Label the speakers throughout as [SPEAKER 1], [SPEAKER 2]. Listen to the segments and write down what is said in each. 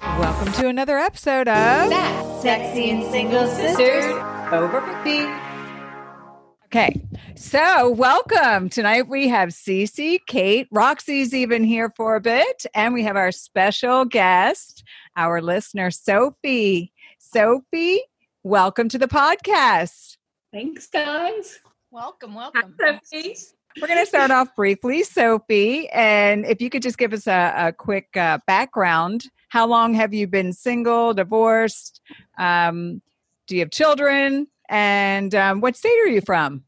[SPEAKER 1] to another episode of
[SPEAKER 2] Sexy and single sisters over 50.
[SPEAKER 1] Okay. So, welcome. Tonight we have Cece, Kate, Roxy's even here for a bit, and we have our special guest, our listener Sophie. Sophie, welcome to the podcast.
[SPEAKER 2] Thanks, guys.
[SPEAKER 3] Welcome, welcome.
[SPEAKER 1] We're going to start off briefly, Sophie, and if you could just give us a, a quick uh, background. How long have you been single, divorced? Um, do you have children? And um, what state are you from?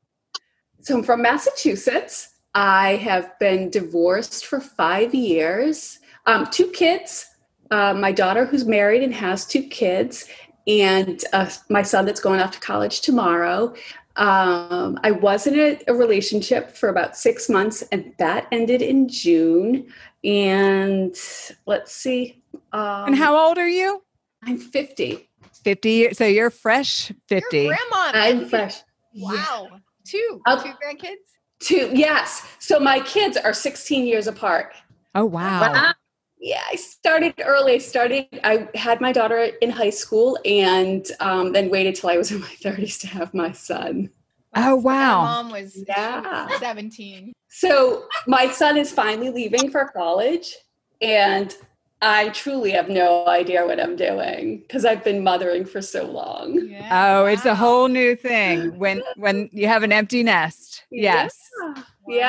[SPEAKER 4] So I'm from Massachusetts. I have been divorced for five years, um, two kids, uh, my daughter who's married and has two kids, and uh, my son that's going off to college tomorrow. Um, I was in a, a relationship for about six months, and that ended in June. And let's see. Um,
[SPEAKER 1] And how old are you?
[SPEAKER 4] I'm 50.
[SPEAKER 1] 50 years. So you're fresh
[SPEAKER 3] Your
[SPEAKER 1] 50.
[SPEAKER 3] grandma.
[SPEAKER 4] I'm fresh.
[SPEAKER 3] Wow. Two.
[SPEAKER 4] I'll-
[SPEAKER 3] two grandkids?
[SPEAKER 4] Two, yes. So my kids are 16 years apart.
[SPEAKER 1] Oh, wow.
[SPEAKER 4] Yeah, I started early. I started, I had my daughter in high school and um, then waited till I was in my 30s to have my son.
[SPEAKER 1] Oh,
[SPEAKER 3] My
[SPEAKER 1] wow.
[SPEAKER 3] mom was, she was
[SPEAKER 4] Yeah.
[SPEAKER 3] 17.
[SPEAKER 4] So my son is finally leaving for college and I truly have no idea what I'm doing because I've been mothering for so long.
[SPEAKER 3] Yeah.
[SPEAKER 1] Oh, it's a
[SPEAKER 3] wow.
[SPEAKER 1] whole new thing when when you have an empty nest. Yes.
[SPEAKER 4] Yeah.
[SPEAKER 3] Wow.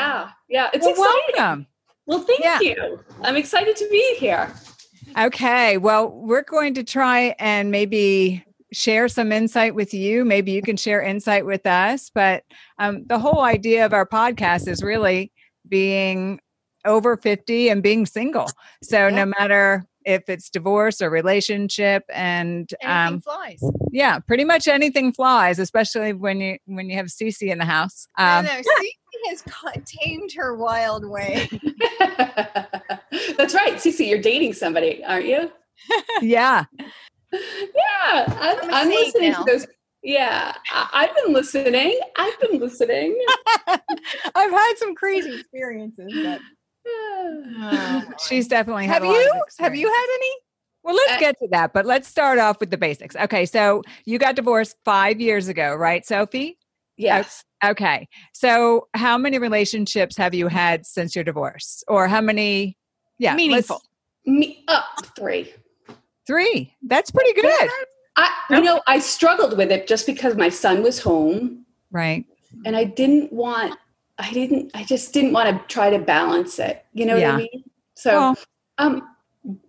[SPEAKER 4] Yeah. Yeah. It's
[SPEAKER 1] Ah, Well,
[SPEAKER 4] exciting.
[SPEAKER 1] welcome.
[SPEAKER 4] Well, thank
[SPEAKER 1] Yeah.
[SPEAKER 4] you. I'm excited to be here.
[SPEAKER 1] Okay. Well, we're going to try and maybe share some insight with you. Maybe you can share insight with us. But um, the whole idea of our podcast is really being over 50 and being single. So
[SPEAKER 3] Yeah.
[SPEAKER 1] no matter if it's divorce or relationship and
[SPEAKER 3] Anything
[SPEAKER 1] um,
[SPEAKER 3] flies.
[SPEAKER 1] yeah, pretty much anything flies, especially when you when you have Cece in the house.
[SPEAKER 3] I
[SPEAKER 1] Um,
[SPEAKER 3] know. Cece has ca- tamed her wild way.
[SPEAKER 4] That's right. Cece, you're dating somebody, aren't you?
[SPEAKER 1] yeah.
[SPEAKER 4] Yeah,
[SPEAKER 3] I'm
[SPEAKER 4] I'm,
[SPEAKER 3] a
[SPEAKER 4] I'm
[SPEAKER 3] saint
[SPEAKER 4] listening
[SPEAKER 3] now.
[SPEAKER 4] to those. Yeah, I, I've been listening. I've been listening.
[SPEAKER 3] I've had some crazy experiences. But, Oh, Ah.
[SPEAKER 1] She's definitely had
[SPEAKER 3] Have
[SPEAKER 1] a lot of
[SPEAKER 3] you? Have
[SPEAKER 1] experience.
[SPEAKER 3] you had any?
[SPEAKER 1] Well, let's
[SPEAKER 4] Uh,
[SPEAKER 1] get to that, but let's start off with the basics. Okay, so you got divorced five years ago, right, Sophie?
[SPEAKER 4] yes.
[SPEAKER 1] Okay, so how many relationships have you had since your divorce, or how many? Yeah, let's-
[SPEAKER 3] Meaningful.
[SPEAKER 4] Me up three.
[SPEAKER 1] Three. That's pretty good,
[SPEAKER 4] I, you know, I struggled with it just because my son was home,
[SPEAKER 1] right?
[SPEAKER 4] and I didn't want. I didn't. I just didn't want to try to balance it. You know
[SPEAKER 1] Yeah.
[SPEAKER 4] what I mean? So,
[SPEAKER 1] Well,
[SPEAKER 4] um,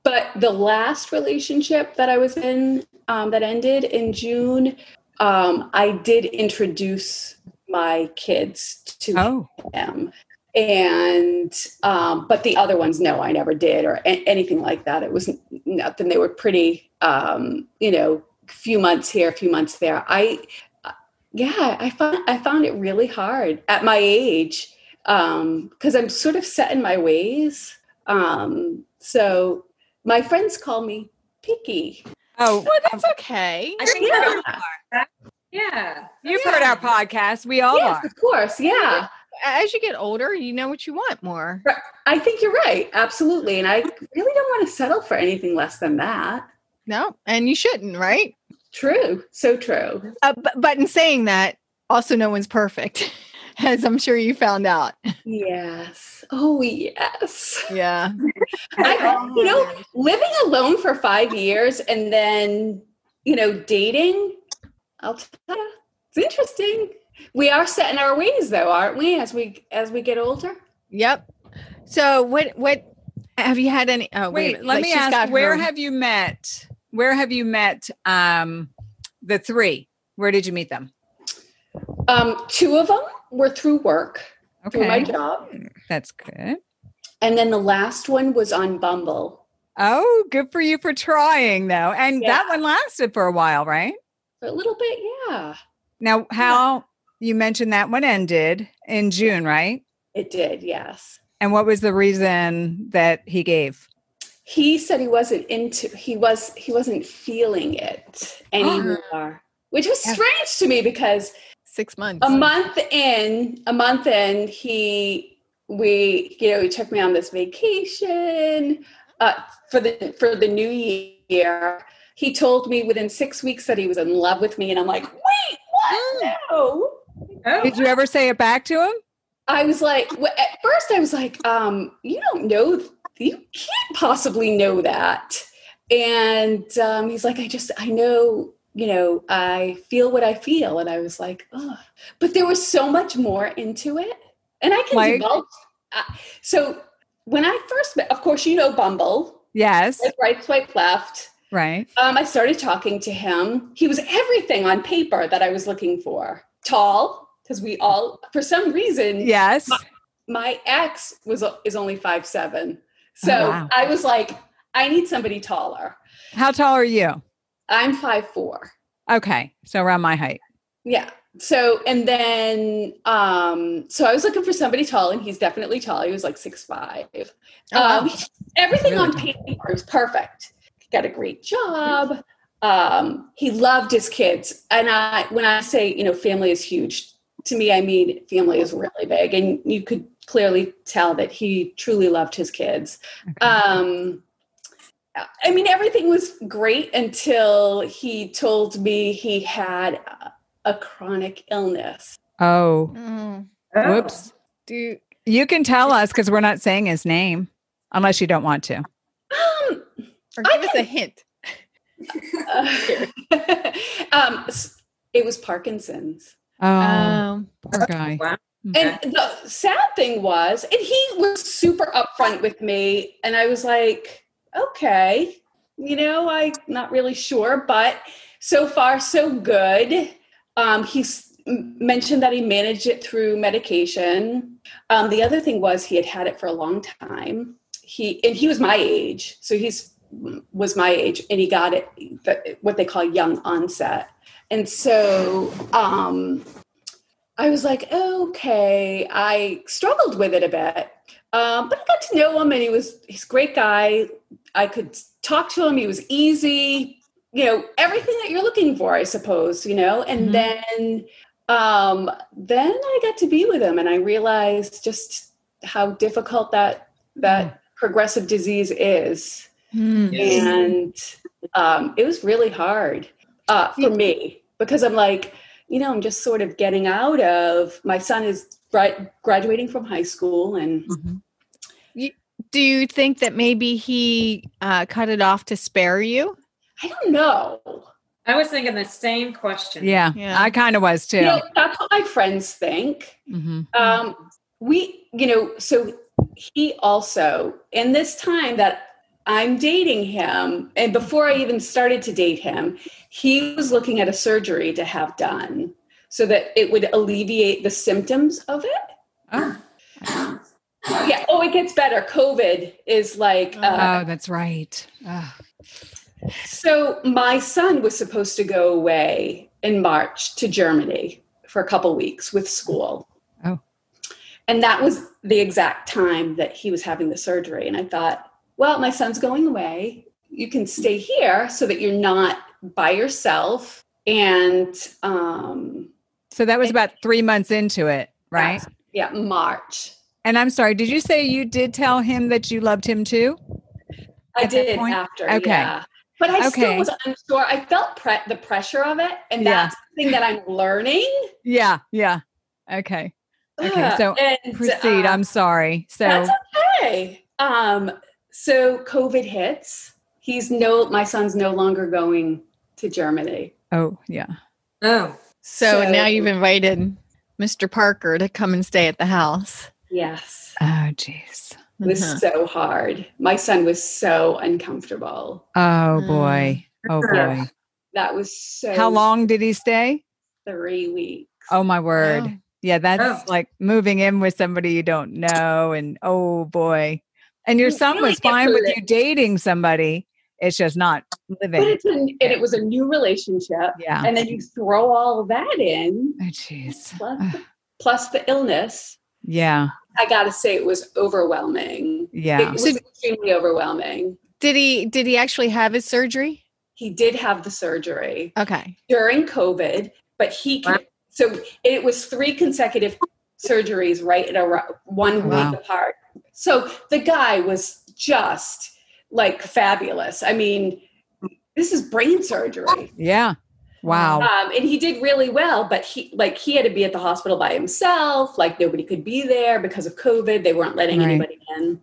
[SPEAKER 4] but the last relationship that I was in um, that ended in June, um, I did introduce my kids to
[SPEAKER 1] oh,
[SPEAKER 4] them. And um, but the other ones, no, I never did or a- anything like that. It was n- nothing. They were pretty, um, you know, few months here, a few months there. I, uh, yeah, I found I found it really hard at my age because I'm sort of set in my ways. Um, so my friends call me picky.
[SPEAKER 1] oh.
[SPEAKER 3] Well, that's okay.
[SPEAKER 1] I think
[SPEAKER 4] Yeah.
[SPEAKER 2] Yeah.
[SPEAKER 1] you've heard our podcast. We all
[SPEAKER 4] Yes,
[SPEAKER 1] are.
[SPEAKER 4] of course. Yeah.
[SPEAKER 3] As you get older, you know what you want more.
[SPEAKER 4] I think you're right. Absolutely. And I really don't want to settle for anything less than that.
[SPEAKER 3] No, and you shouldn't, right?
[SPEAKER 4] True. So true.
[SPEAKER 3] Uh, but, but in saying that, also no one's perfect, as I'm sure you found out.
[SPEAKER 4] Yes. Oh, yes.
[SPEAKER 3] Yeah.
[SPEAKER 4] I, you know, living alone for five years and then, you know, dating, I'll tell you, it's interesting. We are set in our ways though, aren't we? As we, as we get older.
[SPEAKER 3] Yep. So what what have you had any oh,
[SPEAKER 1] Wait,
[SPEAKER 3] a minute,
[SPEAKER 1] let
[SPEAKER 3] like,
[SPEAKER 1] me
[SPEAKER 3] she's got
[SPEAKER 1] ask. Where
[SPEAKER 3] her-
[SPEAKER 1] have you met? Where have you met um, the three? Where did you meet them?
[SPEAKER 4] Um, two of them were through work, through my
[SPEAKER 1] Okay,
[SPEAKER 4] job.
[SPEAKER 1] that's good.
[SPEAKER 4] And then the last one was on Bumble.
[SPEAKER 1] Oh, good for you for trying though. And that
[SPEAKER 4] Yeah.
[SPEAKER 1] one lasted for a while, right?
[SPEAKER 4] For a little bit, yeah.
[SPEAKER 1] Now, how you mentioned that one ended in June, right?
[SPEAKER 4] It did, yes.
[SPEAKER 1] And what was the reason that he gave?
[SPEAKER 4] he said he wasn't into he was he wasn't feeling it anymore which was
[SPEAKER 1] Yeah.
[SPEAKER 4] strange to me because
[SPEAKER 3] six months?
[SPEAKER 4] a month in a month in he we you know he took me on this vacation uh, for the for the new year year. He told me within six weeks that he was in love with me, and I'm like, wait, what? No.
[SPEAKER 1] Did you ever say it back to him?
[SPEAKER 4] I was like, w- at first, I was like, um, you don't know, th- you can't possibly know that. And um, he's like, I just, I know, you know, I feel what I feel. And I was like, oh, but there was so much more into it. And I can
[SPEAKER 1] Like-
[SPEAKER 4] divulge. Uh, so when I first met, of course, you know, Bumble,
[SPEAKER 1] Yes.
[SPEAKER 4] like right swipe left.
[SPEAKER 1] Right.
[SPEAKER 4] Um, I started talking to him. He was everything on paper that I was looking for. Tall, because we all, for some reason,
[SPEAKER 1] Yes.
[SPEAKER 4] my ex was is only five seven. So
[SPEAKER 1] Oh, wow.
[SPEAKER 4] I was like, I need somebody taller.
[SPEAKER 1] How tall are you?
[SPEAKER 4] I'm five four.
[SPEAKER 1] Okay. So around my height.
[SPEAKER 4] Yeah. So and then um so I was looking for somebody tall and he's definitely tall. He was like six five.
[SPEAKER 3] Oh, wow.
[SPEAKER 4] Um everything
[SPEAKER 1] Really
[SPEAKER 4] on paper was perfect. He got a great job. Um he loved his kids. And I when I say, you know, family is huge, to me I mean family is really big and you could clearly tell that he truly loved his kids. um i mean everything was great until he told me he had a- a chronic illness
[SPEAKER 1] Oh,
[SPEAKER 3] Mm.
[SPEAKER 2] Oh.
[SPEAKER 1] whoops.
[SPEAKER 3] Do
[SPEAKER 1] You can tell us because we're not saying his name unless you don't want to.
[SPEAKER 4] um,
[SPEAKER 3] or
[SPEAKER 4] I
[SPEAKER 3] give us a hint.
[SPEAKER 4] uh, um s- it was parkinson's
[SPEAKER 1] Oh,
[SPEAKER 3] Um,
[SPEAKER 1] poor guy.
[SPEAKER 2] Wow.
[SPEAKER 4] and the sad thing was and he was super upfront with me and i was like okay you know i'm not really sure but so far so good um, he's m- mentioned that he managed it through medication um, the other thing was he had had it for a long time he and he was my age so he's was my age and he got it the- what they call young onset and so um, i was like okay i struggled with it a bit um, but i got to know him and he was he's a great guy i could talk to him he was easy you know everything that you're looking for i suppose you know and
[SPEAKER 1] Mhm.
[SPEAKER 4] then um then i got to be with him and i realized just how difficult that that progressive disease is
[SPEAKER 3] mm.
[SPEAKER 2] Yes.
[SPEAKER 4] and um it was really hard uh for me because i'm like you know i'm just sort of getting out of my son is gra- graduating from high school and
[SPEAKER 1] Mhm.
[SPEAKER 3] Do you think that maybe he uh, cut it off to spare you?
[SPEAKER 4] i don't know
[SPEAKER 2] I was thinking the same question.
[SPEAKER 1] Yeah,
[SPEAKER 3] Yeah.
[SPEAKER 1] I kind of was too.
[SPEAKER 4] you know that's what my friends think
[SPEAKER 1] Mhm.
[SPEAKER 4] Um, we, you know, so he also, in this time that I'm dating him, and before I even started to date him, he was looking at a surgery to have done so that it would alleviate the symptoms of it.
[SPEAKER 1] Oh,
[SPEAKER 4] Yeah. Oh, it gets better. COVID is like, uh,
[SPEAKER 1] oh, that's right. Ugh.
[SPEAKER 4] so my son was supposed to go away in March to Germany for a couple weeks with school.
[SPEAKER 1] Oh.
[SPEAKER 4] And that was the exact time that he was having the surgery. And I thought, well, my son's going away. You can stay here so that you're not by yourself. And um,
[SPEAKER 1] So that was about three months into it, right?
[SPEAKER 4] that's- yeah, March.
[SPEAKER 1] And I'm sorry, did you say you did tell him that you loved him too?
[SPEAKER 4] I
[SPEAKER 1] At that
[SPEAKER 4] did
[SPEAKER 1] point?
[SPEAKER 4] after.
[SPEAKER 1] Okay.
[SPEAKER 4] Yeah. But I
[SPEAKER 1] Okay.
[SPEAKER 4] still was unsure. I felt pre- the pressure of it. And
[SPEAKER 1] Yeah.
[SPEAKER 4] that's the thing that I'm learning.
[SPEAKER 1] Yeah, yeah. Okay, Okay,
[SPEAKER 4] Ugh,
[SPEAKER 1] so
[SPEAKER 4] and,
[SPEAKER 1] proceed.
[SPEAKER 4] um,
[SPEAKER 1] I'm sorry. So,
[SPEAKER 4] That's okay. Um, so COVID hits. He's no, my son's no longer going to Germany.
[SPEAKER 1] oh, yeah.
[SPEAKER 2] Oh.
[SPEAKER 3] So,
[SPEAKER 4] So-
[SPEAKER 3] now you've invited Mr. Parker to come and stay at the house.
[SPEAKER 4] Yes.
[SPEAKER 1] Oh, jeez.
[SPEAKER 4] It was
[SPEAKER 1] Mm-hmm.
[SPEAKER 3] Uh-huh.
[SPEAKER 4] so hard. My son was so uncomfortable. Mm,
[SPEAKER 1] Oh, boy. Oh, boy.
[SPEAKER 4] That was so.
[SPEAKER 1] How long did he stay?
[SPEAKER 4] Three weeks.
[SPEAKER 1] Oh, my
[SPEAKER 3] Uh-huh.
[SPEAKER 1] word.
[SPEAKER 3] Wow.
[SPEAKER 1] Yeah, that's
[SPEAKER 2] Oh.
[SPEAKER 1] like moving in with somebody you don't know. And oh, boy. And your
[SPEAKER 4] You
[SPEAKER 1] son
[SPEAKER 4] really
[SPEAKER 1] was
[SPEAKER 4] get
[SPEAKER 1] fine with
[SPEAKER 4] through
[SPEAKER 1] you dating somebody, it's just not
[SPEAKER 4] But
[SPEAKER 1] living.
[SPEAKER 4] it's an, and it was a new relationship,
[SPEAKER 1] Yeah.
[SPEAKER 4] and then you throw all that in
[SPEAKER 1] Oh, jeez.
[SPEAKER 4] plus the, plus the illness.
[SPEAKER 1] Yeah.
[SPEAKER 4] I gotta say, it was overwhelming. It
[SPEAKER 1] Yeah.
[SPEAKER 4] was
[SPEAKER 3] So-
[SPEAKER 4] extremely overwhelming.
[SPEAKER 3] Did he did he actually have his surgery?
[SPEAKER 4] He did have the surgery.
[SPEAKER 3] Okay.
[SPEAKER 4] during COVID, but he can,
[SPEAKER 2] Wow.
[SPEAKER 4] so it was three consecutive surgeries right in a row, one
[SPEAKER 1] Wow.
[SPEAKER 4] week apart. So the guy was just like fabulous. I mean, this is brain surgery.
[SPEAKER 1] Yeah. Wow.
[SPEAKER 4] Um, and he did really well, but he like he had to be at the hospital by himself. Like nobody could be there because of COVID. They weren't letting
[SPEAKER 1] Right.
[SPEAKER 4] anybody in.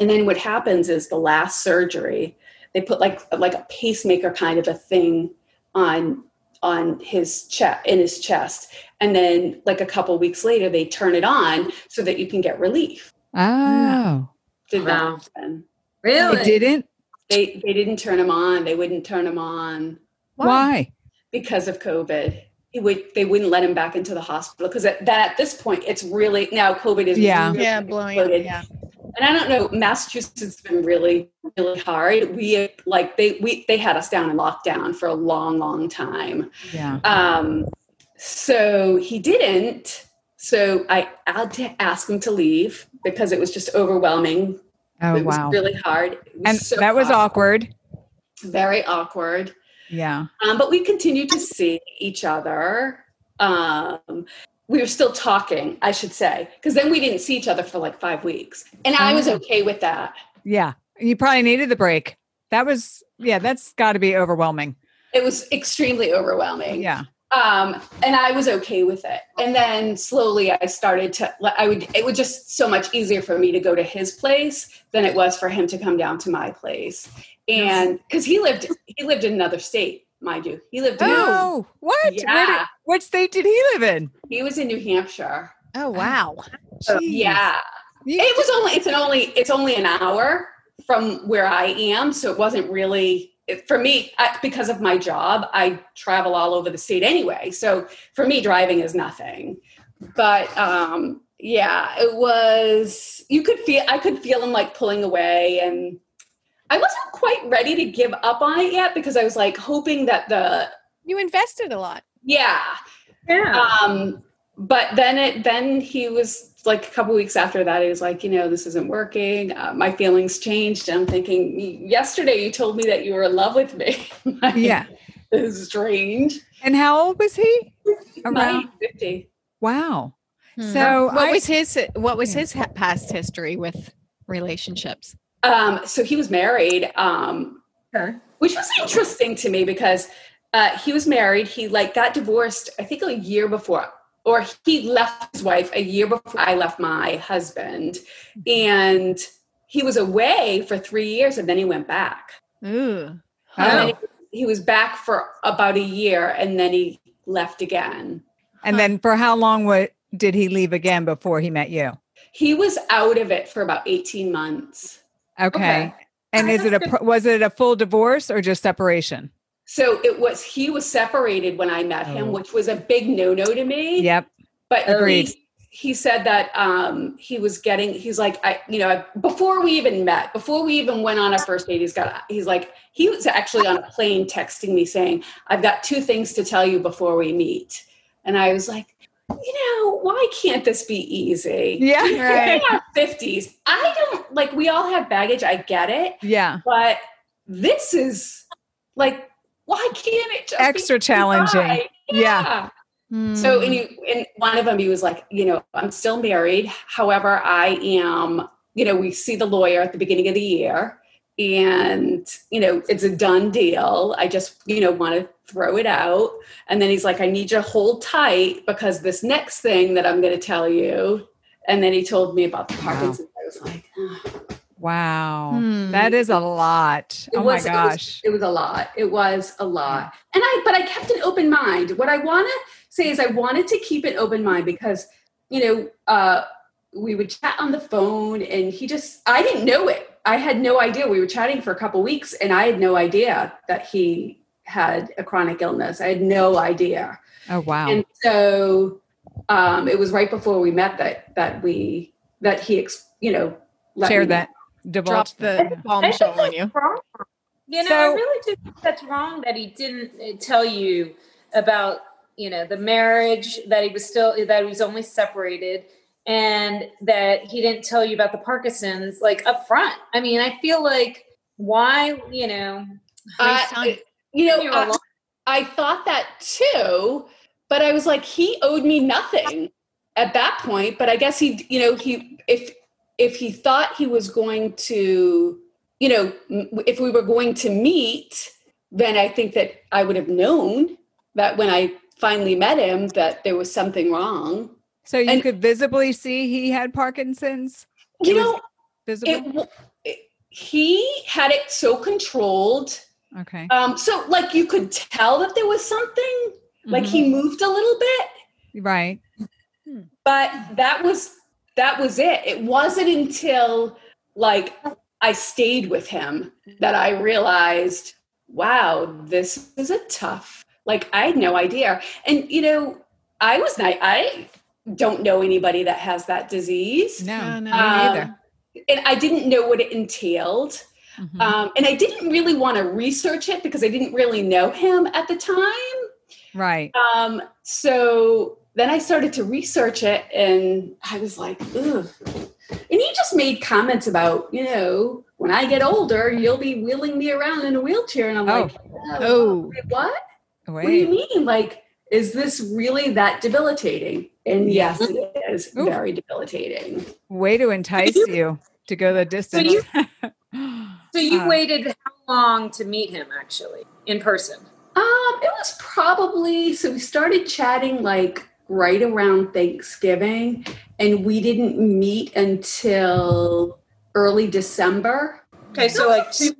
[SPEAKER 4] And then what happens is the last surgery, they put like like a pacemaker kind of a thing on on his chest in his chest, and then like a couple weeks later they turn it on so that you can get relief. Uh,
[SPEAKER 1] Oh.
[SPEAKER 4] Did that
[SPEAKER 2] Wow.
[SPEAKER 4] happen?
[SPEAKER 2] Really?
[SPEAKER 1] It didn't?
[SPEAKER 4] They they didn't turn him on. They wouldn't turn him on.
[SPEAKER 1] Why?
[SPEAKER 4] because of COVID. He would, they wouldn't let him back into the hospital because at, that at this point it's really now COVID is
[SPEAKER 1] Yeah.
[SPEAKER 4] really
[SPEAKER 3] Yeah, blowing up.
[SPEAKER 4] exploded.
[SPEAKER 3] Yeah.
[SPEAKER 4] and I don't know Massachusetts has been really really hard. We like they we they had us down in lockdown for a long long time.
[SPEAKER 1] Yeah.
[SPEAKER 4] Um, so he didn't. So I had to ask him to leave because it was just overwhelming.
[SPEAKER 1] Oh,
[SPEAKER 4] it was
[SPEAKER 1] wow.
[SPEAKER 4] really hard. It was
[SPEAKER 1] and
[SPEAKER 4] so
[SPEAKER 1] that was
[SPEAKER 4] hard.
[SPEAKER 1] awkward.
[SPEAKER 4] very awkward.
[SPEAKER 1] Yeah.
[SPEAKER 4] Um, but we continued to see each other. Um, we were still talking, I should say, because then we didn't see each other for like five weeks. And I was
[SPEAKER 1] Ah.
[SPEAKER 4] okay with that.
[SPEAKER 1] Yeah. You probably needed the break. That was, yeah, that's got to be overwhelming.
[SPEAKER 4] It was extremely overwhelming.
[SPEAKER 1] Yeah.
[SPEAKER 4] Um, and I was okay with it. And then slowly I started to, I would, it was just so much easier for me to go to his place than it was for him to come down to my place. And because he lived, he lived in another state, mind you. He lived in,
[SPEAKER 1] Oh, what? Where did,
[SPEAKER 4] Yeah.
[SPEAKER 1] what state did he live in?
[SPEAKER 4] he was in New Hampshire.
[SPEAKER 3] Oh wow.
[SPEAKER 4] So,
[SPEAKER 1] Jeez.
[SPEAKER 4] yeah.
[SPEAKER 1] You-
[SPEAKER 4] it was only it's an only it's only an hour from where i am so it wasn't really it, for me I, because of my job i travel all over the state anyway so for me driving is nothing but um yeah it was you could feel i could feel him like pulling away and i wasn't quite ready to give up on it yet because i was like hoping that the
[SPEAKER 3] You invested a lot.
[SPEAKER 4] yeah
[SPEAKER 2] Yeah.
[SPEAKER 4] um, but then it then he was like a couple weeks after that, he was like, you know, this isn't working. Uh, my feelings changed. And I'm thinking, yesterday you told me that you were in love with me. Like,
[SPEAKER 1] Yeah.
[SPEAKER 4] this is strange.
[SPEAKER 1] And how old was he?
[SPEAKER 4] Right.
[SPEAKER 1] Around.
[SPEAKER 4] Fifty.
[SPEAKER 1] Wow.
[SPEAKER 4] Hmm.
[SPEAKER 3] So
[SPEAKER 1] So
[SPEAKER 3] Hmm. what
[SPEAKER 1] I-
[SPEAKER 3] was his what was his ha- past history with relationships?
[SPEAKER 4] Um, so he was married. Um,
[SPEAKER 2] Okay.
[SPEAKER 4] which was interesting to me because uh, he was married. He like got divorced. I think a year before, or he left his wife a year before I left my husband, and he was away for three years, and then he went back.
[SPEAKER 3] Ooh.
[SPEAKER 4] And then
[SPEAKER 1] Oh.
[SPEAKER 4] he, he was back for about a year, and then he left again.
[SPEAKER 1] And then for how long wa did he leave again before he met you?
[SPEAKER 4] He was out of it for about eighteen months.
[SPEAKER 1] Okay.
[SPEAKER 2] Okay.
[SPEAKER 1] And is it a pro- was it a full divorce or just separation?
[SPEAKER 4] So it was he was separated when I met
[SPEAKER 1] Oh.
[SPEAKER 4] him, which was a big no no to me.
[SPEAKER 1] Yep.
[SPEAKER 4] But
[SPEAKER 1] Agreed.
[SPEAKER 4] He, he said that um, he was getting. He's like, I, you know, I- before we even met, before we even went on a first date, he's got. He's like, he was actually on a plane texting me saying, "I've got two things to tell you before we meet," and I was like, you know, why can't this be easy?
[SPEAKER 1] Yeah.
[SPEAKER 3] Right.
[SPEAKER 4] We're in our fifties. I don't like. We all have baggage. I get it,
[SPEAKER 1] Yeah.
[SPEAKER 4] but this is like, why can't it just be
[SPEAKER 1] Extra challenging.
[SPEAKER 4] right?
[SPEAKER 1] Yeah.
[SPEAKER 4] yeah.
[SPEAKER 3] Hmm.
[SPEAKER 4] So, and, you, and one of them, he was like, you know, I'm still married. However, I am, you know, we see the lawyer at the beginning of the year and, you know, it's a done deal. I just, you know, want to throw it out. And then he's like, I need you to hold tight because this next thing that I'm going to tell you. And then he told me about the Parkinson's. I was like, "Ah." "Ugh."
[SPEAKER 1] Wow.
[SPEAKER 3] Hmm.
[SPEAKER 1] That is a lot.
[SPEAKER 4] It
[SPEAKER 1] oh
[SPEAKER 4] was-
[SPEAKER 1] my
[SPEAKER 4] it was-
[SPEAKER 1] gosh.
[SPEAKER 4] it was a lot. It was a lot.
[SPEAKER 1] Mm.
[SPEAKER 4] And I, but I kept an open mind. What I want to say is I wanted to keep an open mind because, you know, uh, we would chat on the phone and he just, I didn't know it. I had no idea. We were chatting for a couple weeks and I had no idea that he had a chronic illness. I had no idea.
[SPEAKER 1] oh wow.
[SPEAKER 4] And so um, it was right before we met that, that we, that he, ex- you know, let me
[SPEAKER 1] Share
[SPEAKER 4] know.
[SPEAKER 1] that. Divulge
[SPEAKER 3] dropped the bombshell on you.
[SPEAKER 2] wrong. You know,
[SPEAKER 1] So-
[SPEAKER 2] I really do think that's wrong that he didn't uh, tell you about you know the marriage that he was still that he was only separated and that he didn't tell you about the Parkinson's like up front. I mean, I feel like why you know
[SPEAKER 4] Uh,
[SPEAKER 3] Waste time.
[SPEAKER 4] you know,
[SPEAKER 2] You're
[SPEAKER 4] I-
[SPEAKER 2] alone.
[SPEAKER 4] I thought that too, but I was like, he owed me nothing at that point. But I guess he, you know, he if if he thought he was going to, you know, m- if we were going to meet, then I think that I would have known that when I finally met him that there was something wrong.
[SPEAKER 1] So you
[SPEAKER 4] And-
[SPEAKER 1] could visibly see he had Parkinson's.
[SPEAKER 4] You
[SPEAKER 1] It was
[SPEAKER 4] know,
[SPEAKER 1] Visible.
[SPEAKER 4] it, w- it- he had it so controlled.
[SPEAKER 1] okay.
[SPEAKER 4] Um, so like you could tell that there was something. Like he moved a little bit,
[SPEAKER 1] Mm-hmm. right.
[SPEAKER 4] but that was that was it. It wasn't until like I stayed with him that I realized, wow, this is a tough. Like I had no idea, and you know, I was not. I don't know anybody that has that disease.
[SPEAKER 1] No, me
[SPEAKER 3] No, no.
[SPEAKER 1] neither.
[SPEAKER 4] Um, and I didn't know what it entailed.
[SPEAKER 1] Mhm.
[SPEAKER 4] Um, and I didn't really want to research it because I didn't really know him at the time.
[SPEAKER 1] right.
[SPEAKER 4] Um, so then I started to research it and I was like, ugh. And he just made comments about, you know, when I get older, you'll be wheeling me around in a wheelchair. And I'm
[SPEAKER 1] Oh.
[SPEAKER 4] like,
[SPEAKER 3] Oh.
[SPEAKER 4] wait, what?
[SPEAKER 1] Wait.
[SPEAKER 4] What do you mean? Like, is this really that debilitating? And yes, it is
[SPEAKER 1] Ooh.
[SPEAKER 4] very debilitating.
[SPEAKER 1] Way to entice you to go the distance.
[SPEAKER 2] you- So you
[SPEAKER 1] Uh,
[SPEAKER 2] waited how long to meet him actually in person?
[SPEAKER 4] Um, it was probably so we started chatting like right around Thanksgiving, and we didn't meet until early December.
[SPEAKER 2] Okay, so like two,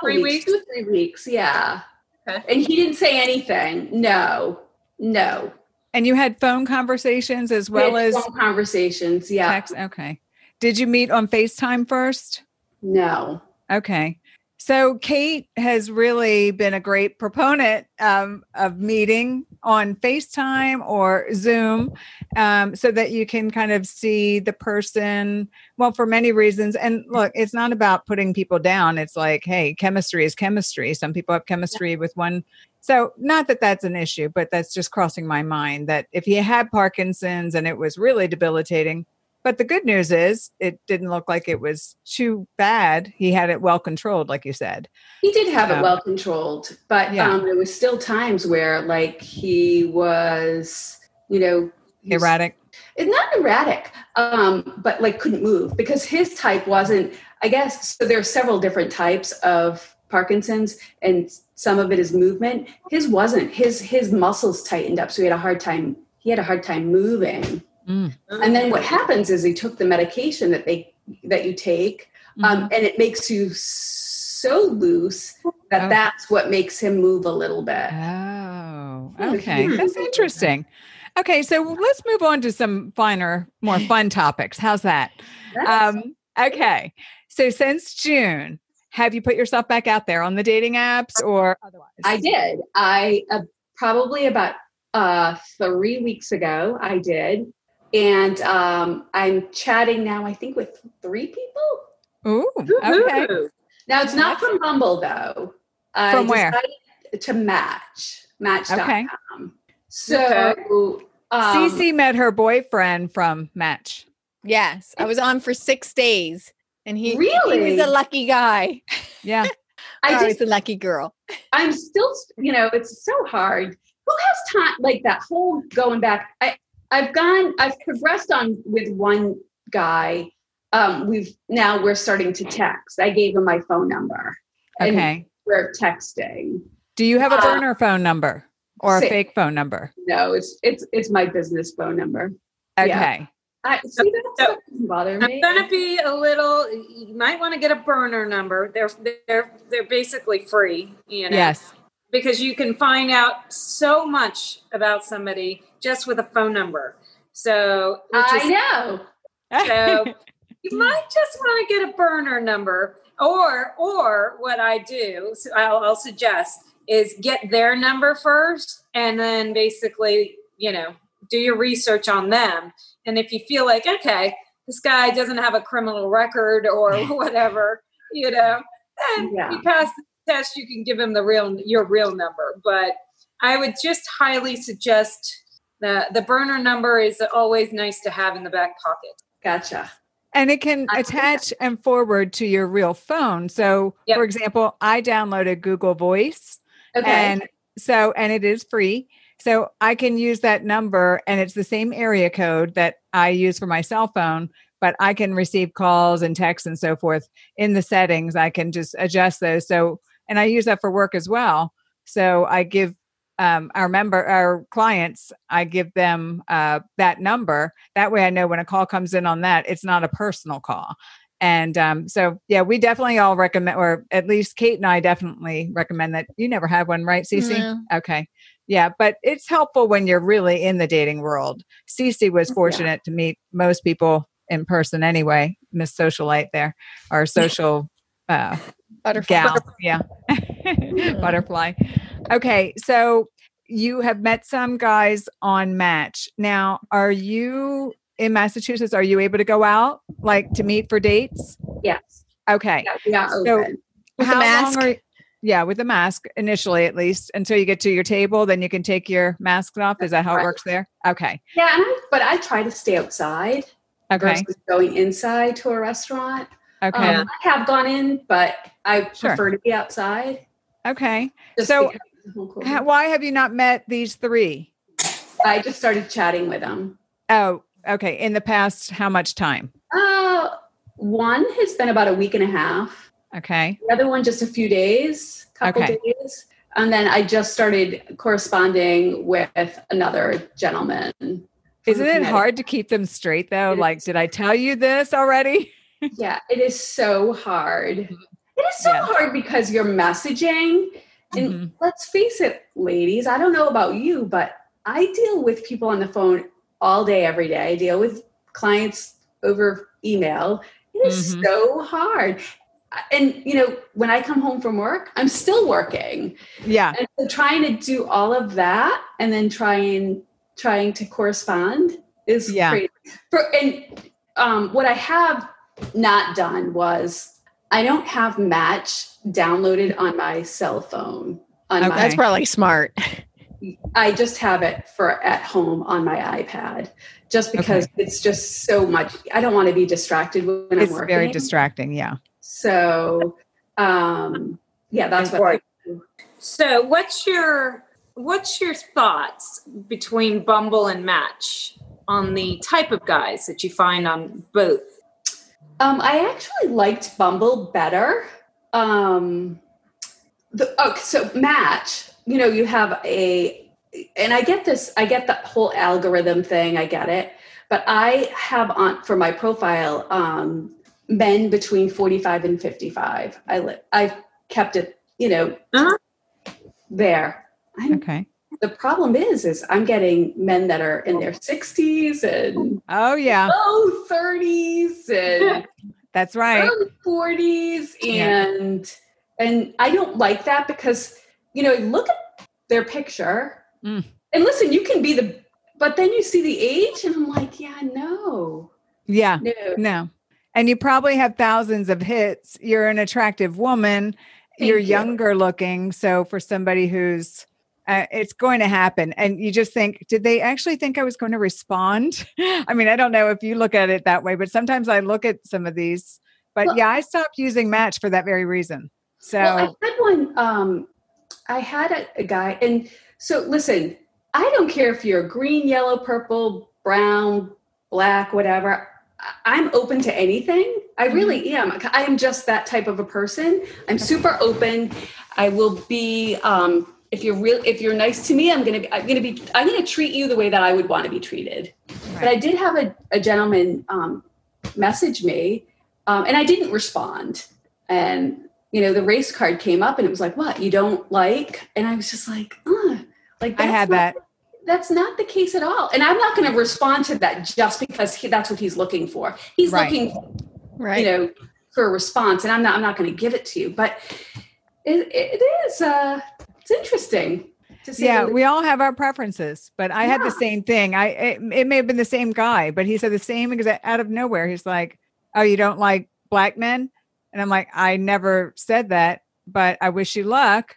[SPEAKER 2] three
[SPEAKER 4] Two
[SPEAKER 2] weeks.
[SPEAKER 4] two or three weeks, yeah.
[SPEAKER 2] Okay.
[SPEAKER 4] And he didn't say anything. No, no.
[SPEAKER 1] and you had phone conversations as well
[SPEAKER 4] We had
[SPEAKER 1] as
[SPEAKER 4] phone conversations, yeah.
[SPEAKER 1] text. Okay. Did you meet on FaceTime first?
[SPEAKER 4] No,
[SPEAKER 1] Okay. So Kate has really been a great proponent um, of meeting on FaceTime or Zoom um, so that you can kind of see the person. Well, for many reasons. And look, it's not about putting people down. It's like, hey, chemistry is chemistry. Some people have chemistry with one. So, not that that's an issue, but that's just crossing my mind that if he had Parkinson's and it was really debilitating, but the good news is it didn't look like it was too bad. He had it well controlled, like you said.
[SPEAKER 4] he did have
[SPEAKER 1] Yeah.
[SPEAKER 4] it well controlled, but
[SPEAKER 1] Yeah.
[SPEAKER 4] um, there was still times where like he was, you know, he was
[SPEAKER 1] Erratic.
[SPEAKER 4] it's not erratic um, but like couldn't move because his type wasn't i guess so there are several different types of parkinson's and some of it is movement his wasn't his his muscles tightened up so he had a hard time he had a hard time moving
[SPEAKER 1] Mm.
[SPEAKER 4] and then what happens is he took the medication that they that you take
[SPEAKER 1] Mm-hmm.
[SPEAKER 4] um, and it makes you so loose that
[SPEAKER 1] Oh.
[SPEAKER 4] that's what makes him move a little bit
[SPEAKER 1] Oh,
[SPEAKER 4] Hmm.
[SPEAKER 1] okay. That's interesting. Okay, so let's move on to some finer, more fun topics. How's that? Um, okay. So since June, have you put yourself back out there on the dating apps or otherwise?
[SPEAKER 4] I did. I uh, probably about uh, three weeks ago. I did, and um, I'm chatting now. I think with three people.
[SPEAKER 1] Ooh,
[SPEAKER 4] Mm-hmm.
[SPEAKER 1] okay.
[SPEAKER 2] Woohoo.
[SPEAKER 4] Now it's not from Bumble though. I
[SPEAKER 1] From where?
[SPEAKER 4] decided To Match. Match.com.
[SPEAKER 1] Okay.
[SPEAKER 4] So. Um,
[SPEAKER 1] Cece met her boyfriend from Match.
[SPEAKER 3] Yes, I was on for six days, and he he
[SPEAKER 4] Really?
[SPEAKER 3] was a lucky guy.
[SPEAKER 1] Yeah.
[SPEAKER 4] I
[SPEAKER 3] I was
[SPEAKER 4] just
[SPEAKER 3] a lucky girl.
[SPEAKER 4] I'm still, you know, it's so hard. Who has time like that whole going back? I I've gone, I've progressed on with one guy. Um, we've now we're starting to text. I gave him my phone number. and
[SPEAKER 1] Okay.
[SPEAKER 4] we're texting.
[SPEAKER 1] Do you have a
[SPEAKER 4] uh,
[SPEAKER 1] burner phone number or a
[SPEAKER 4] six.
[SPEAKER 1] fake phone number?
[SPEAKER 4] No, it's it's it's my business phone number. Yeah.
[SPEAKER 1] Okay.
[SPEAKER 4] I see that stuff doesn't bother
[SPEAKER 2] I'm
[SPEAKER 4] me.
[SPEAKER 2] gonna be a little. You might want to get a burner number. They're they're they're basically free. You know,
[SPEAKER 1] Yes.
[SPEAKER 2] because you can find out so much about somebody just with a phone number. So, which
[SPEAKER 4] I
[SPEAKER 2] is-
[SPEAKER 4] know.
[SPEAKER 2] so you might just want to get a burner number, or or what I do, so I'll, I'll suggest is get their number first, and then basically, you know, do your research on them. And if you feel like okay, this guy doesn't have a criminal record or whatever, you know, then
[SPEAKER 4] Yeah.
[SPEAKER 2] you pass the test. You can give him the real your real number, but I would just highly suggest. The, the burner number is always nice to have in the back pocket.
[SPEAKER 4] Gotcha.
[SPEAKER 1] And it can
[SPEAKER 4] I think
[SPEAKER 1] attach and forward to your real phone. So,
[SPEAKER 2] Yep.
[SPEAKER 1] for example, I downloaded Google Voice
[SPEAKER 4] Okay.
[SPEAKER 1] and so, and it is free. So, I can use that number and it's the same area code that I use for my cell phone, but I can receive calls and texts and so forth in the settings. I can just adjust those. So, and I use that for work as well. So I give um, our member, our clients, I give them uh, that number. That way, I know when a call comes in on that, it's not a personal call. And um, so, yeah, we definitely all recommend, or at least Kate and I definitely recommend that. You never have one, right, Cece?
[SPEAKER 3] No.
[SPEAKER 1] Okay. Yeah, but it's helpful when you're really in the dating world. Cece was fortunate to meet most people in person anyway, Miss Socialite there, our social uh,
[SPEAKER 3] Butterfly.
[SPEAKER 1] gal. Yeah. Butterfly. Okay. So you have met some guys on Match. Now, are you in Massachusetts? Are you able to go out like to meet for dates?
[SPEAKER 2] Yes.
[SPEAKER 1] Okay.
[SPEAKER 4] Yeah, we are
[SPEAKER 1] So-
[SPEAKER 4] open.
[SPEAKER 3] With a
[SPEAKER 1] How long
[SPEAKER 3] mask?
[SPEAKER 1] are- yeah, with the mask initially, at least until you get to your table, then you can take your mask off. Is that how it
[SPEAKER 4] Right.
[SPEAKER 1] works there? Okay.
[SPEAKER 4] yeah, and I, but I try to stay outside
[SPEAKER 1] Okay.
[SPEAKER 4] versus going inside to a restaurant.
[SPEAKER 1] Okay.
[SPEAKER 4] Um, I have gone in, but I
[SPEAKER 1] Sure.
[SPEAKER 4] prefer to be outside.
[SPEAKER 1] okay.
[SPEAKER 4] Just
[SPEAKER 1] So,
[SPEAKER 4] because of the whole COVID.
[SPEAKER 1] Ha- why have you not met these three?
[SPEAKER 4] I just started chatting with them.
[SPEAKER 1] Oh, okay. In the past, how much time?
[SPEAKER 4] Uh, one has been about a week and a half.
[SPEAKER 1] Okay.
[SPEAKER 4] The other one just a few days, couple
[SPEAKER 1] Okay.
[SPEAKER 4] days. And then I just started corresponding with another gentleman. from
[SPEAKER 1] Isn't it
[SPEAKER 4] Connecticut.
[SPEAKER 1] hard to keep them straight though?
[SPEAKER 4] It
[SPEAKER 1] Like,
[SPEAKER 4] is.
[SPEAKER 1] did I tell you this already?
[SPEAKER 4] Yeah, it is so hard. It is so
[SPEAKER 1] Yes.
[SPEAKER 4] hard because you're messaging. And
[SPEAKER 1] Mhm.
[SPEAKER 4] let's face it, ladies, I don't know about you, but I deal with people on the phone all day, every day. I deal with clients over email. It is
[SPEAKER 1] Mhm.
[SPEAKER 4] so hard. And, you know, when I come home from work, I'm still working.
[SPEAKER 1] Yeah.
[SPEAKER 4] And so trying to do all of that and then trying trying to correspond is
[SPEAKER 1] Yeah.
[SPEAKER 4] crazy. For, and um, what I have not done was I don't have Match downloaded on my cell phone. On
[SPEAKER 1] Okay.
[SPEAKER 3] That's probably smart.
[SPEAKER 4] my, I just have it for at home on my iPad, just because it's just so much. I don't want to be distracted when
[SPEAKER 1] It's
[SPEAKER 4] I'm working.
[SPEAKER 1] very distracting. Yeah.
[SPEAKER 4] So, um, yeah, that's what. I,
[SPEAKER 2] So, what's your what's your thoughts between Bumble and Match on the type of guys that you find on both?
[SPEAKER 4] Um, I actually liked Bumble better. Um, the oh, so Match, you know, you have a, and I get this, I get the whole algorithm thing, I get it, but I have on for my profile um, men between forty-five and fifty-five. I li- I've kept it, you know,
[SPEAKER 2] Uh-huh.
[SPEAKER 4] there. I'm,
[SPEAKER 1] Okay.
[SPEAKER 4] The problem is, is I'm getting men that are in their sixties and
[SPEAKER 1] Oh yeah.
[SPEAKER 4] low thirties and
[SPEAKER 1] That's right.
[SPEAKER 4] early 40s
[SPEAKER 1] Yeah.
[SPEAKER 4] and and i don't like that because you know look at their picture
[SPEAKER 1] Mm.
[SPEAKER 4] and listen you can be the but then you see the age and i'm like yeah no
[SPEAKER 1] Yeah.
[SPEAKER 4] no
[SPEAKER 1] No. And you probably have thousands of hits. You're an attractive woman.
[SPEAKER 4] Thank
[SPEAKER 1] you're
[SPEAKER 4] you.
[SPEAKER 1] younger looking. So for somebody who's uh, it's going to happen. And you just think, did they actually think I was going to respond? I mean, I don't know if you look at it that way, but sometimes I look at some of these. But
[SPEAKER 4] Well-
[SPEAKER 1] yeah, I stopped using Match for that very reason. So
[SPEAKER 4] well, i had one um i had a, a guy and so listen i don't care if you're green yellow purple brown black whatever I- i'm open to anything i
[SPEAKER 1] Mm-hmm.
[SPEAKER 4] really am i am just that type of a person i'm super open I will be um, if you're real if you're nice to me, I'm gonna be I'm gonna be I'm gonna treat you the way that I would want to be treated. But I did have a, a gentleman um, message me, um, and I didn't respond. And you know, the race card came up, and it was like, "What you don't like?" And I was just like, Ugh. "Like
[SPEAKER 1] I
[SPEAKER 4] that's
[SPEAKER 1] had
[SPEAKER 4] not-
[SPEAKER 1] that.
[SPEAKER 4] That's not the case at all." And I'm not going to respond to that just because he, that's what he's looking for. He's
[SPEAKER 1] Right.
[SPEAKER 4] looking
[SPEAKER 3] Right.
[SPEAKER 4] you know for a response and i'm not i'm not going to give it to you but it, it is uh it's interesting to see
[SPEAKER 1] Yeah,
[SPEAKER 4] the-
[SPEAKER 1] we all have our preferences, but I had the
[SPEAKER 4] Yeah.
[SPEAKER 1] same thing. I it, it may have been the same guy, but he said the same exact out of nowhere. He's like, "Oh, you don't like black men?" And I'm like, "I never said that, but I wish you luck.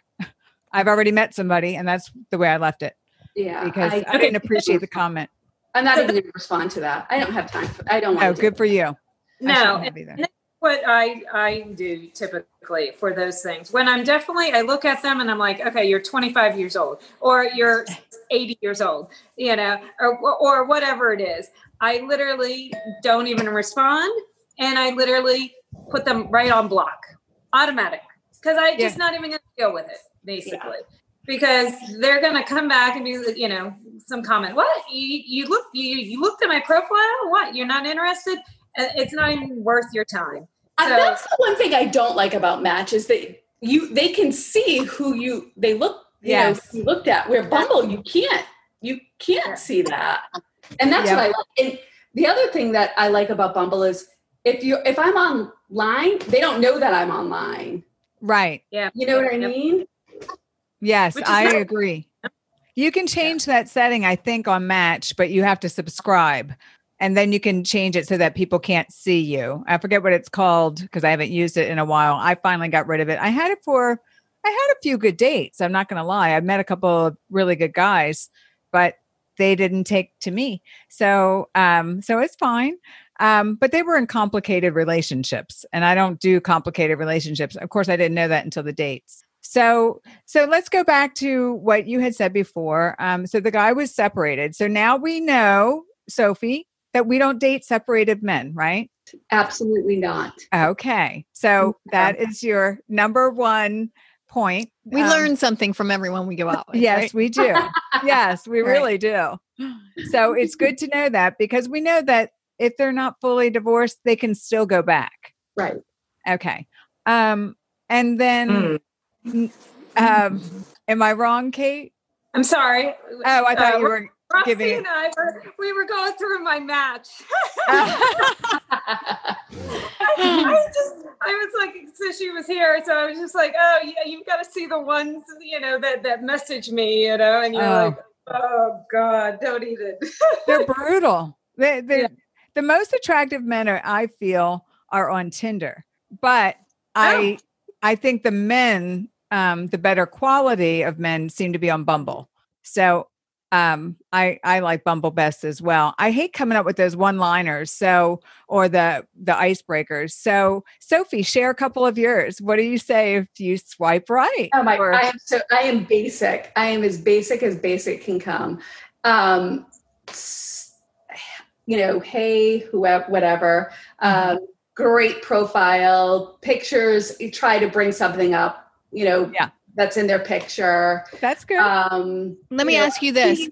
[SPEAKER 1] I've already met somebody, and that's the way I left it
[SPEAKER 4] yeah
[SPEAKER 1] because I,
[SPEAKER 4] I,
[SPEAKER 1] didn't appreciate the comment.
[SPEAKER 4] i'm not even going to respond to that i don't have time for i don't want
[SPEAKER 1] Oh,
[SPEAKER 4] to
[SPEAKER 1] good for you. I
[SPEAKER 2] No,
[SPEAKER 1] shouldn't have either.
[SPEAKER 2] what I I do typically for those things. When I'm definitely I look at them and I'm like, okay, you're 25 years old or you're 80 years old, you know, or or whatever it is. I literally don't even respond and I literally put them right on block. Automatic. because I'm just not even going to deal with it, basically. Because they're going to come back and be, you know, some comment. What you you look you you looked at my profile? What you're not interested? Uh, It's not even worth your time.
[SPEAKER 4] Uh,
[SPEAKER 2] So-
[SPEAKER 4] that's the one thing I don't like about Match is that you they can see who you they look you know,
[SPEAKER 1] Yes.
[SPEAKER 4] who you looked at. Where Bumble you can't you can't
[SPEAKER 2] Yeah.
[SPEAKER 4] see that, and that's
[SPEAKER 1] Yeah.
[SPEAKER 4] what I like. And the other thing that I like about Bumble is if you if I'm online, they don't know that I'm online.
[SPEAKER 1] Right.
[SPEAKER 4] You know what I
[SPEAKER 2] Yep.
[SPEAKER 4] mean?
[SPEAKER 1] Yes,
[SPEAKER 2] Which is
[SPEAKER 1] I
[SPEAKER 2] not-
[SPEAKER 1] agree. You can change that setting, I think, on Match, but you have to subscribe. And then you can change it so that people can't see you. I forget what it's called because I haven't used it in a while. I finally got rid of it. I had it for, I had a few good dates. I'm not going to lie. I met a couple of really good guys, but they didn't take to me. So, um, so it's fine. Um, but they were in complicated relationships, and I don't do complicated relationships. Of course, I didn't know that until the dates. So, so let's go back to what you had said before. Um, so the guy was separated. So now we know, Sophie, that we don't date separated men, right?
[SPEAKER 4] Absolutely not.
[SPEAKER 1] Okay. So
[SPEAKER 3] Mm-hmm.
[SPEAKER 1] that is your number one point.
[SPEAKER 3] We
[SPEAKER 1] Um,
[SPEAKER 3] learn something from everyone we go out with.
[SPEAKER 1] Yes,
[SPEAKER 3] right?
[SPEAKER 1] we do. yes, we
[SPEAKER 3] Right.
[SPEAKER 1] really do. So it's good to know that because we know that if they're not fully divorced, they can still go back.
[SPEAKER 4] Right.
[SPEAKER 1] Okay. Um, and then,
[SPEAKER 3] Hmm.
[SPEAKER 1] um, am I wrong, Kate?
[SPEAKER 2] I'm sorry.
[SPEAKER 1] Oh, I thought
[SPEAKER 2] Uh,
[SPEAKER 1] you were.
[SPEAKER 2] Roxy
[SPEAKER 1] giving it-
[SPEAKER 2] and I were we were going through my match.
[SPEAKER 1] oh. Hmm.
[SPEAKER 2] I just I was like, so she was here, so I was just like, oh yeah, you've got to see the ones you know that that message me, you know, and you're
[SPEAKER 1] Oh.
[SPEAKER 2] like, oh god, don't eat it.
[SPEAKER 1] they're brutal. They, they,
[SPEAKER 2] Yeah.
[SPEAKER 1] The most attractive men are, I feel, are on Tinder. But I, I think the men, um, the better quality of men, seem to be on Bumble. So, um, I I like Bumble best as well. I hate coming up with those one liners, so or the the icebreakers. So, Sophie, share a couple of yours. What do you say if you swipe right?
[SPEAKER 4] Oh my!
[SPEAKER 1] Or-
[SPEAKER 4] I am so. I am basic. I am as basic as basic can come. Um, s- you know, hey, whoever, whatever. Um,
[SPEAKER 1] Mm-hmm.
[SPEAKER 4] great profile pictures. You try to bring something up. You know,
[SPEAKER 1] Yeah.
[SPEAKER 4] that's in their picture.
[SPEAKER 1] That's good.
[SPEAKER 4] Um,
[SPEAKER 3] Let me
[SPEAKER 4] you know,
[SPEAKER 3] ask you this.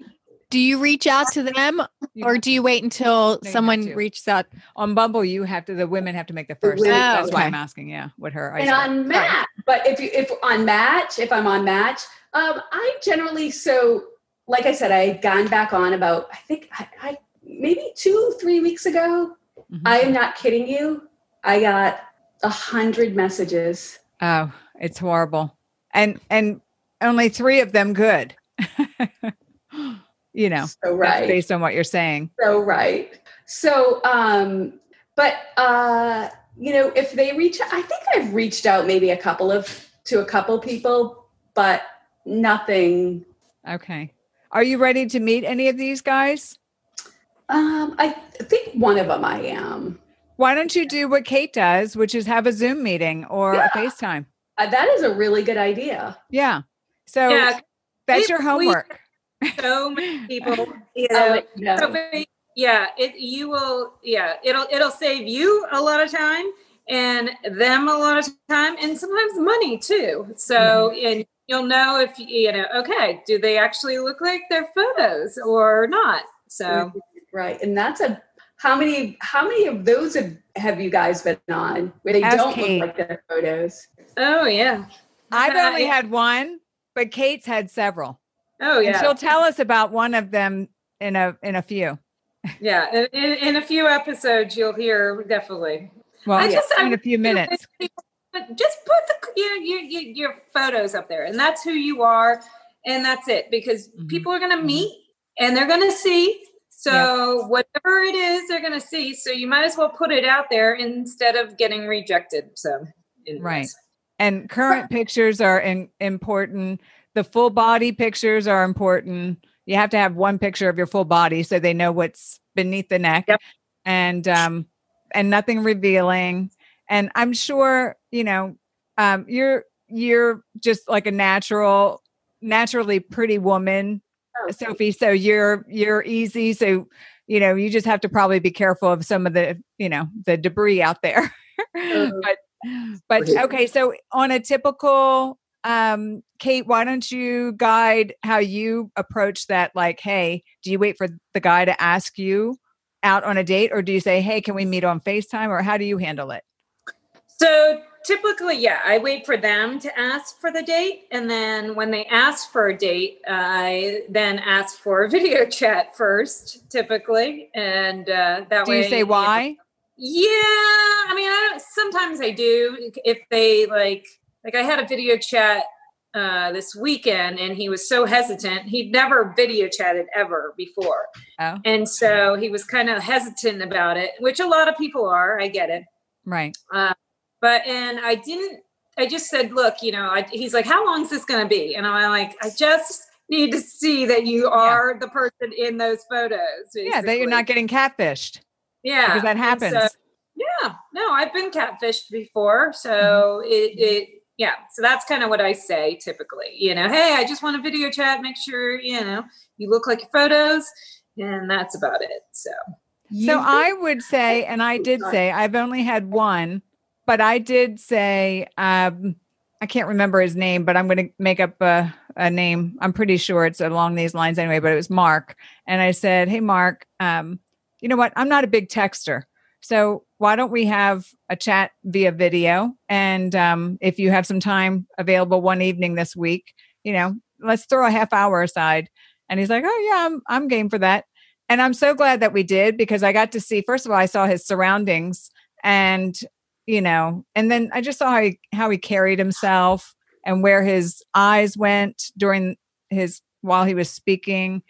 [SPEAKER 3] Do you reach out to them
[SPEAKER 1] You-
[SPEAKER 3] or do you wait until
[SPEAKER 1] have
[SPEAKER 3] someone
[SPEAKER 1] to.
[SPEAKER 3] reaches out?
[SPEAKER 1] on Bumble, you have to the women have to make the first.
[SPEAKER 4] women-
[SPEAKER 1] move.
[SPEAKER 3] Oh,
[SPEAKER 1] That's why
[SPEAKER 3] okay.
[SPEAKER 1] I'm asking. Yeah, what her
[SPEAKER 4] and
[SPEAKER 1] icebreaker-
[SPEAKER 4] on
[SPEAKER 1] Sorry.
[SPEAKER 4] match. But if you if on match, if I'm on match, um, I generally so like I said, I had gone back on about I think I, I maybe two three weeks ago.
[SPEAKER 1] Mhm.
[SPEAKER 4] I am not kidding you. I got a hundred messages.
[SPEAKER 1] Oh, it's horrible. And and only three of them good. you know,
[SPEAKER 4] So
[SPEAKER 1] that's
[SPEAKER 4] right.
[SPEAKER 1] based on what you're saying.
[SPEAKER 4] So right. So um, but uh, you know, if they reach I think I've reached out maybe a couple of to a couple people, but nothing
[SPEAKER 1] Okay. Are you ready to meet any of these guys?
[SPEAKER 4] Um, I think one of them I am.
[SPEAKER 1] Why don't you do what Kate does, which is have a Zoom meeting or
[SPEAKER 4] Yeah.
[SPEAKER 1] a FaceTime?
[SPEAKER 4] Uh, that is a really good idea.
[SPEAKER 1] Yeah. So
[SPEAKER 2] Yeah,
[SPEAKER 1] that's
[SPEAKER 2] we-
[SPEAKER 1] your
[SPEAKER 2] we-
[SPEAKER 1] homework.
[SPEAKER 2] so many people, you
[SPEAKER 4] I'll
[SPEAKER 2] know.
[SPEAKER 4] let you know.
[SPEAKER 1] Oh.
[SPEAKER 2] So very- yeah, it you will yeah, it'll it'll save you a lot of time and them a lot of time and sometimes money too. So
[SPEAKER 1] Mm-hmm.
[SPEAKER 2] and you'll know if you know, okay, do they actually look like their photos or not? So
[SPEAKER 1] Mm-hmm.
[SPEAKER 4] Right, and that's a how many how many of those have, have you guys been on where they
[SPEAKER 1] Ask
[SPEAKER 4] don't
[SPEAKER 1] Kate.
[SPEAKER 4] look like their photos?
[SPEAKER 2] oh yeah.
[SPEAKER 1] I've
[SPEAKER 2] Yeah,
[SPEAKER 1] only
[SPEAKER 2] yeah.
[SPEAKER 1] had one, but Kate's had several.
[SPEAKER 2] Oh
[SPEAKER 1] And she'll
[SPEAKER 2] yeah.
[SPEAKER 1] tell us about one of them in a in a few.
[SPEAKER 2] Yeah. In, in, in a few episodes you'll hear definitely.
[SPEAKER 1] Well,
[SPEAKER 2] I just- I
[SPEAKER 1] in a few minutes.
[SPEAKER 2] But just put the you know, your, your your photos up there, and that's who you are, and that's it. Because
[SPEAKER 1] Mhm.
[SPEAKER 2] people are going
[SPEAKER 1] Mhm.
[SPEAKER 2] to meet and they're going to see. So whatever it is, they're going to see. So you might as well put it out there instead of getting rejected. So anyways.
[SPEAKER 1] Right. and current pictures are in, important the full body pictures are important you have to have one picture of your full body so they know what's beneath the neck
[SPEAKER 2] Yep.
[SPEAKER 1] and um and nothing revealing and i'm sure you know um you're you're just like a natural naturally pretty woman
[SPEAKER 4] Oh,
[SPEAKER 1] sophie so you're you're easy so you
[SPEAKER 2] Uh-huh.
[SPEAKER 1] know you just have to probably be careful of some of the you know the debris out there
[SPEAKER 4] Oh.
[SPEAKER 1] but But okay, so on a typical um Kate, why don't you guide how you approach that like, hey, do you wait for the guy to ask you out on a date or do you say, "Hey, can we meet on FaceTime?" or how do you handle it?
[SPEAKER 2] So typically, yeah, I wait for them to ask for the date, and then when they ask for a date, I then ask for a video chat first, typically, and uh, that
[SPEAKER 1] Do
[SPEAKER 2] way.
[SPEAKER 1] you say why?
[SPEAKER 2] Yeah, I mean, I don't, sometimes I do if they like. Like I had a video chat uh, this weekend, and he was so hesitant. He'd never video chatted ever before,
[SPEAKER 1] Oh,
[SPEAKER 2] and so he was kind of hesitant about it, which a lot of people are. I get it
[SPEAKER 1] right.
[SPEAKER 2] but and I didn't. I just said, look, you know, I, he's like, how long is this going to be? And I'm like, I just need to see that you are the person in those photos.
[SPEAKER 1] Yeah, that you're
[SPEAKER 2] basically.
[SPEAKER 1] not getting catfished
[SPEAKER 2] Yeah,
[SPEAKER 1] because that
[SPEAKER 2] and so-
[SPEAKER 1] happens.
[SPEAKER 2] yeah, no, I've been catfished before, so it, it, yeah, so that's kind of what I say typically. You know, hey, I just want a video chat. Make sure you know you look like your photos, and that's about it. So
[SPEAKER 1] So I would say, and I did say, I've only had one, but I did say, um, I can't remember his name, but I'm going to make up a, a name. I'm pretty sure it's along these lines anyway, but it was Mark. And I said, Hey, Mark, um, you know what? I'm not a big texter. So why don't we have a chat via video? And um, if you have some time available one evening this week, you know, let's throw a half hour aside. And he's like, Oh, yeah, I'm, I'm game for that. And I'm so glad that we did because I got to see, first of all, I saw his surroundings and, you know, and then I just saw how he, how he carried himself and where his eyes went during his, while he was speaking.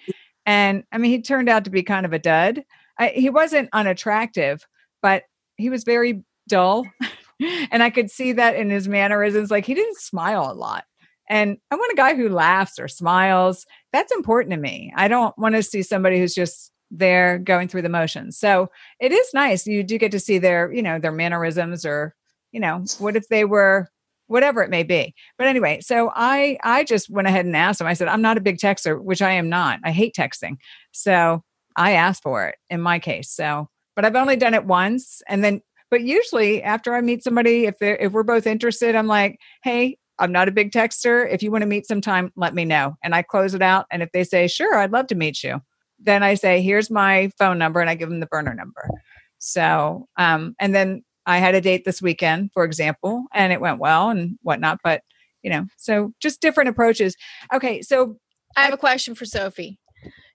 [SPEAKER 1] And I mean, he turned out to be kind of a dud. I, he wasn't unattractive, but he was very dull. and I could see that in his mannerisms. Like he didn't smile a lot. And I want a guy who laughs or smiles that's important to me. I don't want to see somebody who's just there going through the motions. So it is nice. You do get to see their, you know, their mannerisms or, you know, what if they were whatever it may be. But anyway, so I I just went ahead and asked him. I said, I'm not a big texter, which I am not. I hate texting. So I asked for it in my case. So but I've only done it once and then but usually after I meet somebody, if they're if we're both interested, I'm like, hey, I'm not a big texter. If you want to meet sometime, let me know. And I close it out. And if they say, sure, I'd love to meet you, then I say, here's my phone number and I give them the burner number. So, um, and then I had a date this weekend, for example, and it went well and whatnot. But, you know, so just different approaches. Okay. So,
[SPEAKER 3] I have a question for Sophie.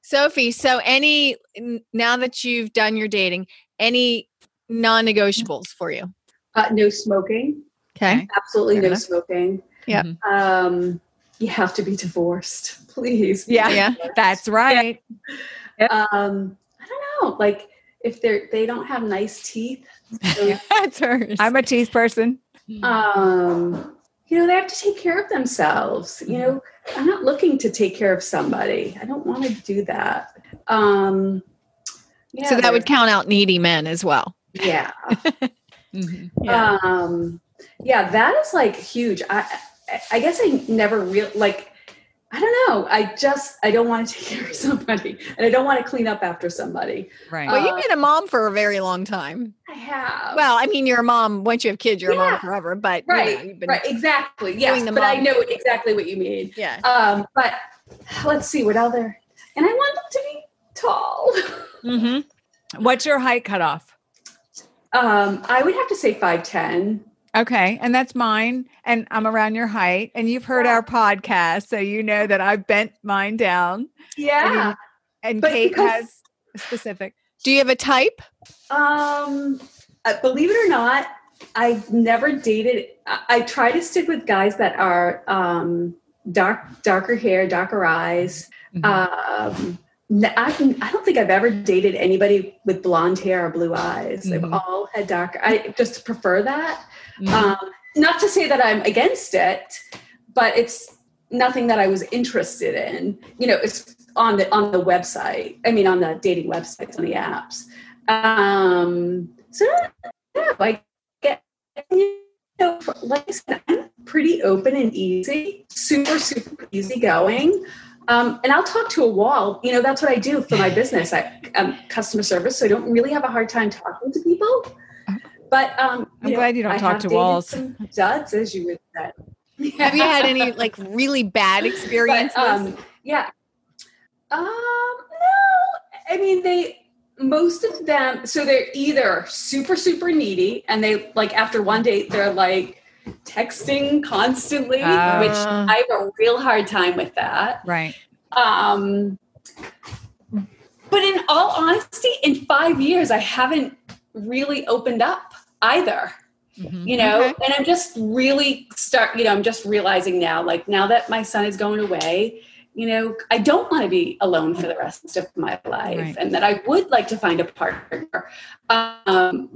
[SPEAKER 3] Sophie, so any n- now that you've done your dating, any non-negotiables for you?
[SPEAKER 4] Uh, no smoking.
[SPEAKER 3] Okay.
[SPEAKER 4] Absolutely
[SPEAKER 1] Fair
[SPEAKER 4] no
[SPEAKER 1] enough.
[SPEAKER 4] smoking.
[SPEAKER 3] Yeah.
[SPEAKER 1] Mhm.
[SPEAKER 4] Um, you have to be divorced, please. be
[SPEAKER 1] Yeah.
[SPEAKER 3] Yeah.
[SPEAKER 4] divorced.
[SPEAKER 1] that's right.
[SPEAKER 4] Um, I don't know. Like if they're they don't have nice teeth,
[SPEAKER 3] That's hers.
[SPEAKER 1] I'm a teeth person.
[SPEAKER 4] um, you know they have to take care of themselves. You know, I'm not looking to take care of somebody. I don't want to do that. Um, yeah,
[SPEAKER 3] so that would
[SPEAKER 4] they're-
[SPEAKER 3] count out needy men as well.
[SPEAKER 4] yeah.
[SPEAKER 1] Mhm.
[SPEAKER 3] Yeah.
[SPEAKER 4] Um, yeah, that is like huge. I, I- I guess I never real like. I don't know. I just I don't want to take care of somebody, and I don't want to clean up after somebody.
[SPEAKER 1] Right.
[SPEAKER 3] well,
[SPEAKER 4] uh,
[SPEAKER 3] you've been a mom for a very long time.
[SPEAKER 4] I have
[SPEAKER 3] Well, I mean, you're a mom. Once you have kids, you're a
[SPEAKER 4] Yeah.
[SPEAKER 3] mom forever. But you know,
[SPEAKER 4] right,
[SPEAKER 3] you've been,
[SPEAKER 4] right, exactly. Yes,
[SPEAKER 3] doing the
[SPEAKER 4] but I
[SPEAKER 3] mom
[SPEAKER 4] know
[SPEAKER 3] thing.
[SPEAKER 4] exactly what you mean.
[SPEAKER 3] Yeah.
[SPEAKER 4] Um, but let's see what other. And I want them to be tall.
[SPEAKER 1] Mhm. What's your height cutoff?
[SPEAKER 4] Um, I would have to say five ten.
[SPEAKER 1] Okay. And that's mine. And I'm around your height. And you've heard our podcast. So you know that I've bent mine down.
[SPEAKER 4] Yeah.
[SPEAKER 1] And
[SPEAKER 4] But
[SPEAKER 1] Kate
[SPEAKER 4] because-
[SPEAKER 1] has a specific.
[SPEAKER 3] Do you have a type?
[SPEAKER 4] Um, uh, believe it or not, I've never dated. I, I try to stick with guys that are um, dark, darker hair, darker eyes. Um, n- I, can- I don't think I've ever dated anybody with blonde hair or blue eyes.
[SPEAKER 1] Mhm.
[SPEAKER 4] They've all had dark. I just prefer that.
[SPEAKER 1] Mhm.
[SPEAKER 4] Um, not to say that I'm against it, but it's nothing that I was interested in. You know, it's on the on the website. I mean, on the dating websites, on the apps. Um, so yeah, like get you know, like I said, I'm pretty open and easy, super super easy going. Um, and I'll talk to a wall. You know, that's what I um, do for my business. I, I'm customer service, so I don't really have a hard time talking to people. But um,
[SPEAKER 1] I'm glad you don't talk
[SPEAKER 4] have
[SPEAKER 1] to
[SPEAKER 4] dated
[SPEAKER 1] walls.
[SPEAKER 4] some Duds, as you would say.
[SPEAKER 3] Have you had any like really bad experiences?
[SPEAKER 4] But, um, yeah. Um, no, I mean they. Most of them, so they're either super super needy, and they like after one date they're like texting constantly,
[SPEAKER 1] Ah.
[SPEAKER 4] which I have a real hard time with that.
[SPEAKER 1] mm-hmm, Right.
[SPEAKER 4] Um, but in all honesty, in five years I haven't really opened up either
[SPEAKER 1] Mhm.
[SPEAKER 4] you know
[SPEAKER 3] Okay.
[SPEAKER 4] and i'm just really start you know i'm just realizing now like now that my son is going away you know i don't want to be alone for the rest of my life
[SPEAKER 1] Right.
[SPEAKER 4] and that i would like to find a partner um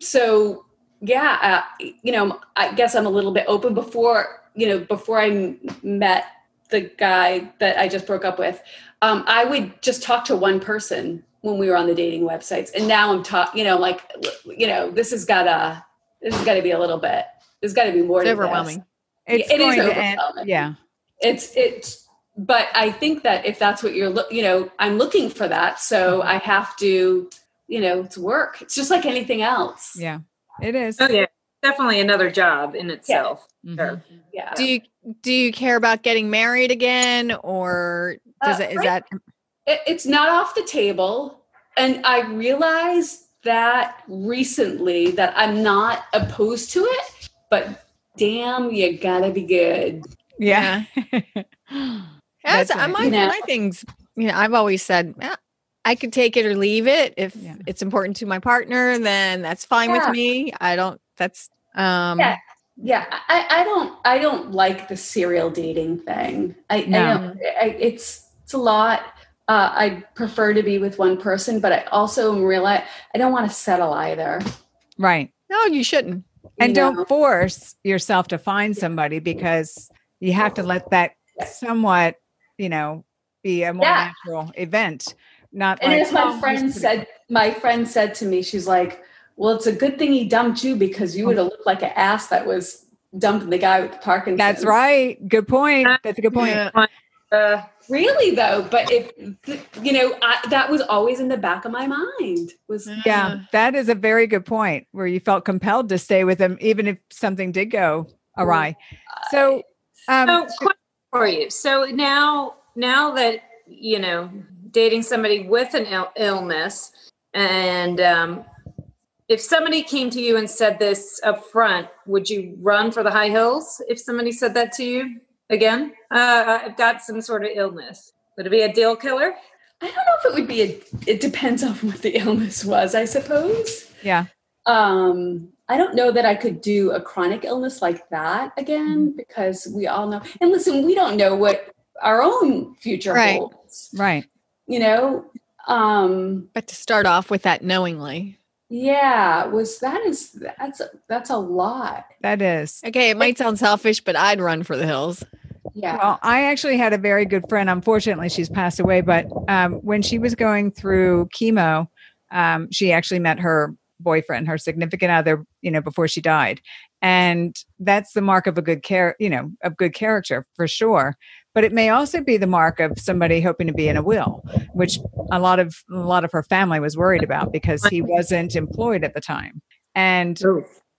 [SPEAKER 4] so yeah uh, you know i guess i'm a little bit open before you know before I m- met the guy that i just broke up with um i would just talk to one person when we were on the dating websites and now i'm talking you know like you know this has got to this has got to be a little bit there's got to be more
[SPEAKER 3] it's
[SPEAKER 4] to this.
[SPEAKER 3] overwhelming.
[SPEAKER 1] It's
[SPEAKER 4] It is
[SPEAKER 1] going to end.
[SPEAKER 4] overwhelming.
[SPEAKER 1] Yeah.
[SPEAKER 4] it's it's but i think that if that's what you're look you know i'm looking for that so
[SPEAKER 3] Mm-hmm.
[SPEAKER 4] i have to you know it's work it's just like anything else
[SPEAKER 1] Yeah. It is.
[SPEAKER 2] Oh, yeah. Definitely another job in itself.
[SPEAKER 1] Mhm.
[SPEAKER 2] Sure.
[SPEAKER 4] yeah
[SPEAKER 3] Do you do you care about getting married again, or does
[SPEAKER 4] Uh,
[SPEAKER 3] it is
[SPEAKER 4] right
[SPEAKER 3] that
[SPEAKER 4] it, it's not off the table and i realized that recently that i'm not opposed to it but damn you gotta be good
[SPEAKER 1] Yeah.
[SPEAKER 3] As
[SPEAKER 1] That's
[SPEAKER 3] I
[SPEAKER 1] right.
[SPEAKER 3] my,
[SPEAKER 4] You know.
[SPEAKER 3] my things, you know, I've always said "Ah, I could take it or leave it. If
[SPEAKER 1] Yeah.
[SPEAKER 3] it's important to my partner, then that's fine
[SPEAKER 4] Yeah.
[SPEAKER 3] with me. I don't. That's um.
[SPEAKER 4] Yeah. yeah I, I don't i don't like the serial dating thing i, I
[SPEAKER 1] No.
[SPEAKER 4] don't I, it's it's a lot uh, i prefer to be with one person but i also realize i don't want to settle either
[SPEAKER 1] Right.
[SPEAKER 3] No, you shouldn't.
[SPEAKER 1] And
[SPEAKER 4] you know?
[SPEAKER 1] don't force yourself to find somebody because you have to let that somewhat, you know, be a more
[SPEAKER 4] Yeah.
[SPEAKER 1] natural event. Not
[SPEAKER 4] And
[SPEAKER 1] like,
[SPEAKER 4] as my
[SPEAKER 1] "Oh,
[SPEAKER 4] friend
[SPEAKER 1] he's pretty
[SPEAKER 4] said, my friend said to me, she's like, "Well, it's a good thing he dumped you because you would have looked like an ass that was dumping the guy with the Parkinson's."
[SPEAKER 1] That's right. Good point. That's a good point.
[SPEAKER 3] Yeah.
[SPEAKER 2] Uh,
[SPEAKER 4] Really though, but if you know, I, that was always in the back of my mind. Was
[SPEAKER 3] Uh.
[SPEAKER 1] Yeah, that is a very good point where you felt compelled to stay with him, even if something did go awry. So,
[SPEAKER 2] so
[SPEAKER 1] um,
[SPEAKER 2] question for you. So now, now that you know, dating somebody with an Ill- illness, and um, if somebody came to you and said this up front, would you run for the high hills? If somebody said that to you again, uh, I've got some sort of illness. Would it be a deal killer?
[SPEAKER 4] I don't know if it would be. A, it depends on what the illness was, I suppose.
[SPEAKER 1] yeah,
[SPEAKER 4] Um, I don't know that I could do a chronic illness like that again
[SPEAKER 1] Mm-hmm.
[SPEAKER 4] because we all know. And listen, we don't know what our own future
[SPEAKER 3] Right.
[SPEAKER 4] holds.
[SPEAKER 1] right.
[SPEAKER 4] You know. Um,
[SPEAKER 3] But to start off with that knowingly,
[SPEAKER 4] Yeah, was that is that's a, that's a lot.
[SPEAKER 1] That is.
[SPEAKER 3] okay, it might sound selfish, but I'd run for the hills.
[SPEAKER 4] Yeah.
[SPEAKER 1] Well, I actually had a very good friend. Unfortunately, she's passed away, but um, when she was going through chemo, um, she actually met her boyfriend, her significant other, you know, before she died. And that's the mark of a good care, you know, of good character for sure. But it may also be the mark of somebody hoping to be in a will, which a lot of a lot of her family was worried about because he wasn't employed at the time. And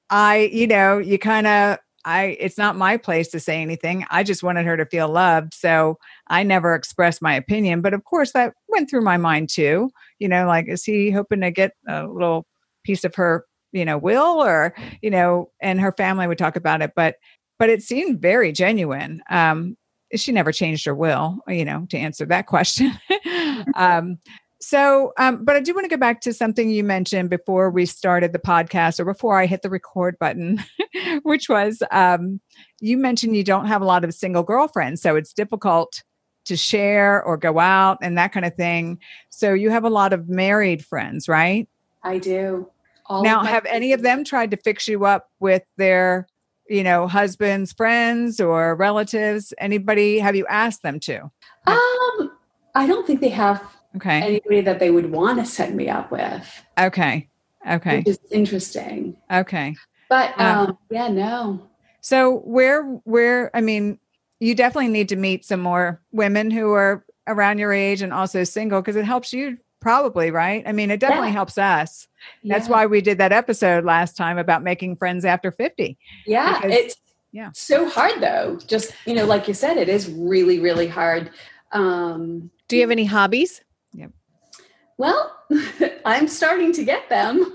[SPEAKER 1] I, you know, you kind of, I, it's not my place to say anything. I just wanted her to feel loved. So I never expressed my opinion. But of course, that went through my mind too. You know, like, is he hoping to get a little piece of her, you know, will or, you know, and her family would talk about it. But, but it seemed very genuine. Um, she never changed her will, you know, to answer that question. um, so, um, but I do want to go back to something you mentioned before we started the podcast or before I hit the record button, which was um, you mentioned you don't have a lot of single girlfriends. So it's difficult to share or go out and that kind of thing. So you have a lot of married friends, right?
[SPEAKER 4] I do. All
[SPEAKER 1] now,
[SPEAKER 4] of my-
[SPEAKER 1] have any of them tried to fix you up with their, you know, husbands, friends, or relatives? Anybody, have you asked them to?
[SPEAKER 4] Um, I don't think they have
[SPEAKER 1] Okay.
[SPEAKER 4] anybody that they would want to set me up with,
[SPEAKER 1] Okay. Okay.
[SPEAKER 4] which is interesting.
[SPEAKER 1] Okay.
[SPEAKER 4] But
[SPEAKER 1] Yeah.
[SPEAKER 4] um, yeah, no.
[SPEAKER 1] So where where I mean, you definitely need to meet some more women who are around your age and also single because it helps you probably, right? I mean, it definitely
[SPEAKER 2] Yeah.
[SPEAKER 1] helps us. That's
[SPEAKER 2] Yeah.
[SPEAKER 1] why we did that episode last time about making friends after 50.
[SPEAKER 4] Yeah,
[SPEAKER 1] Because-
[SPEAKER 4] it's
[SPEAKER 1] yeah.
[SPEAKER 4] so hard though. Just you know, like you said, it is really, really hard. Um,
[SPEAKER 3] Do you have any hobbies?
[SPEAKER 4] well, I'm starting to get them.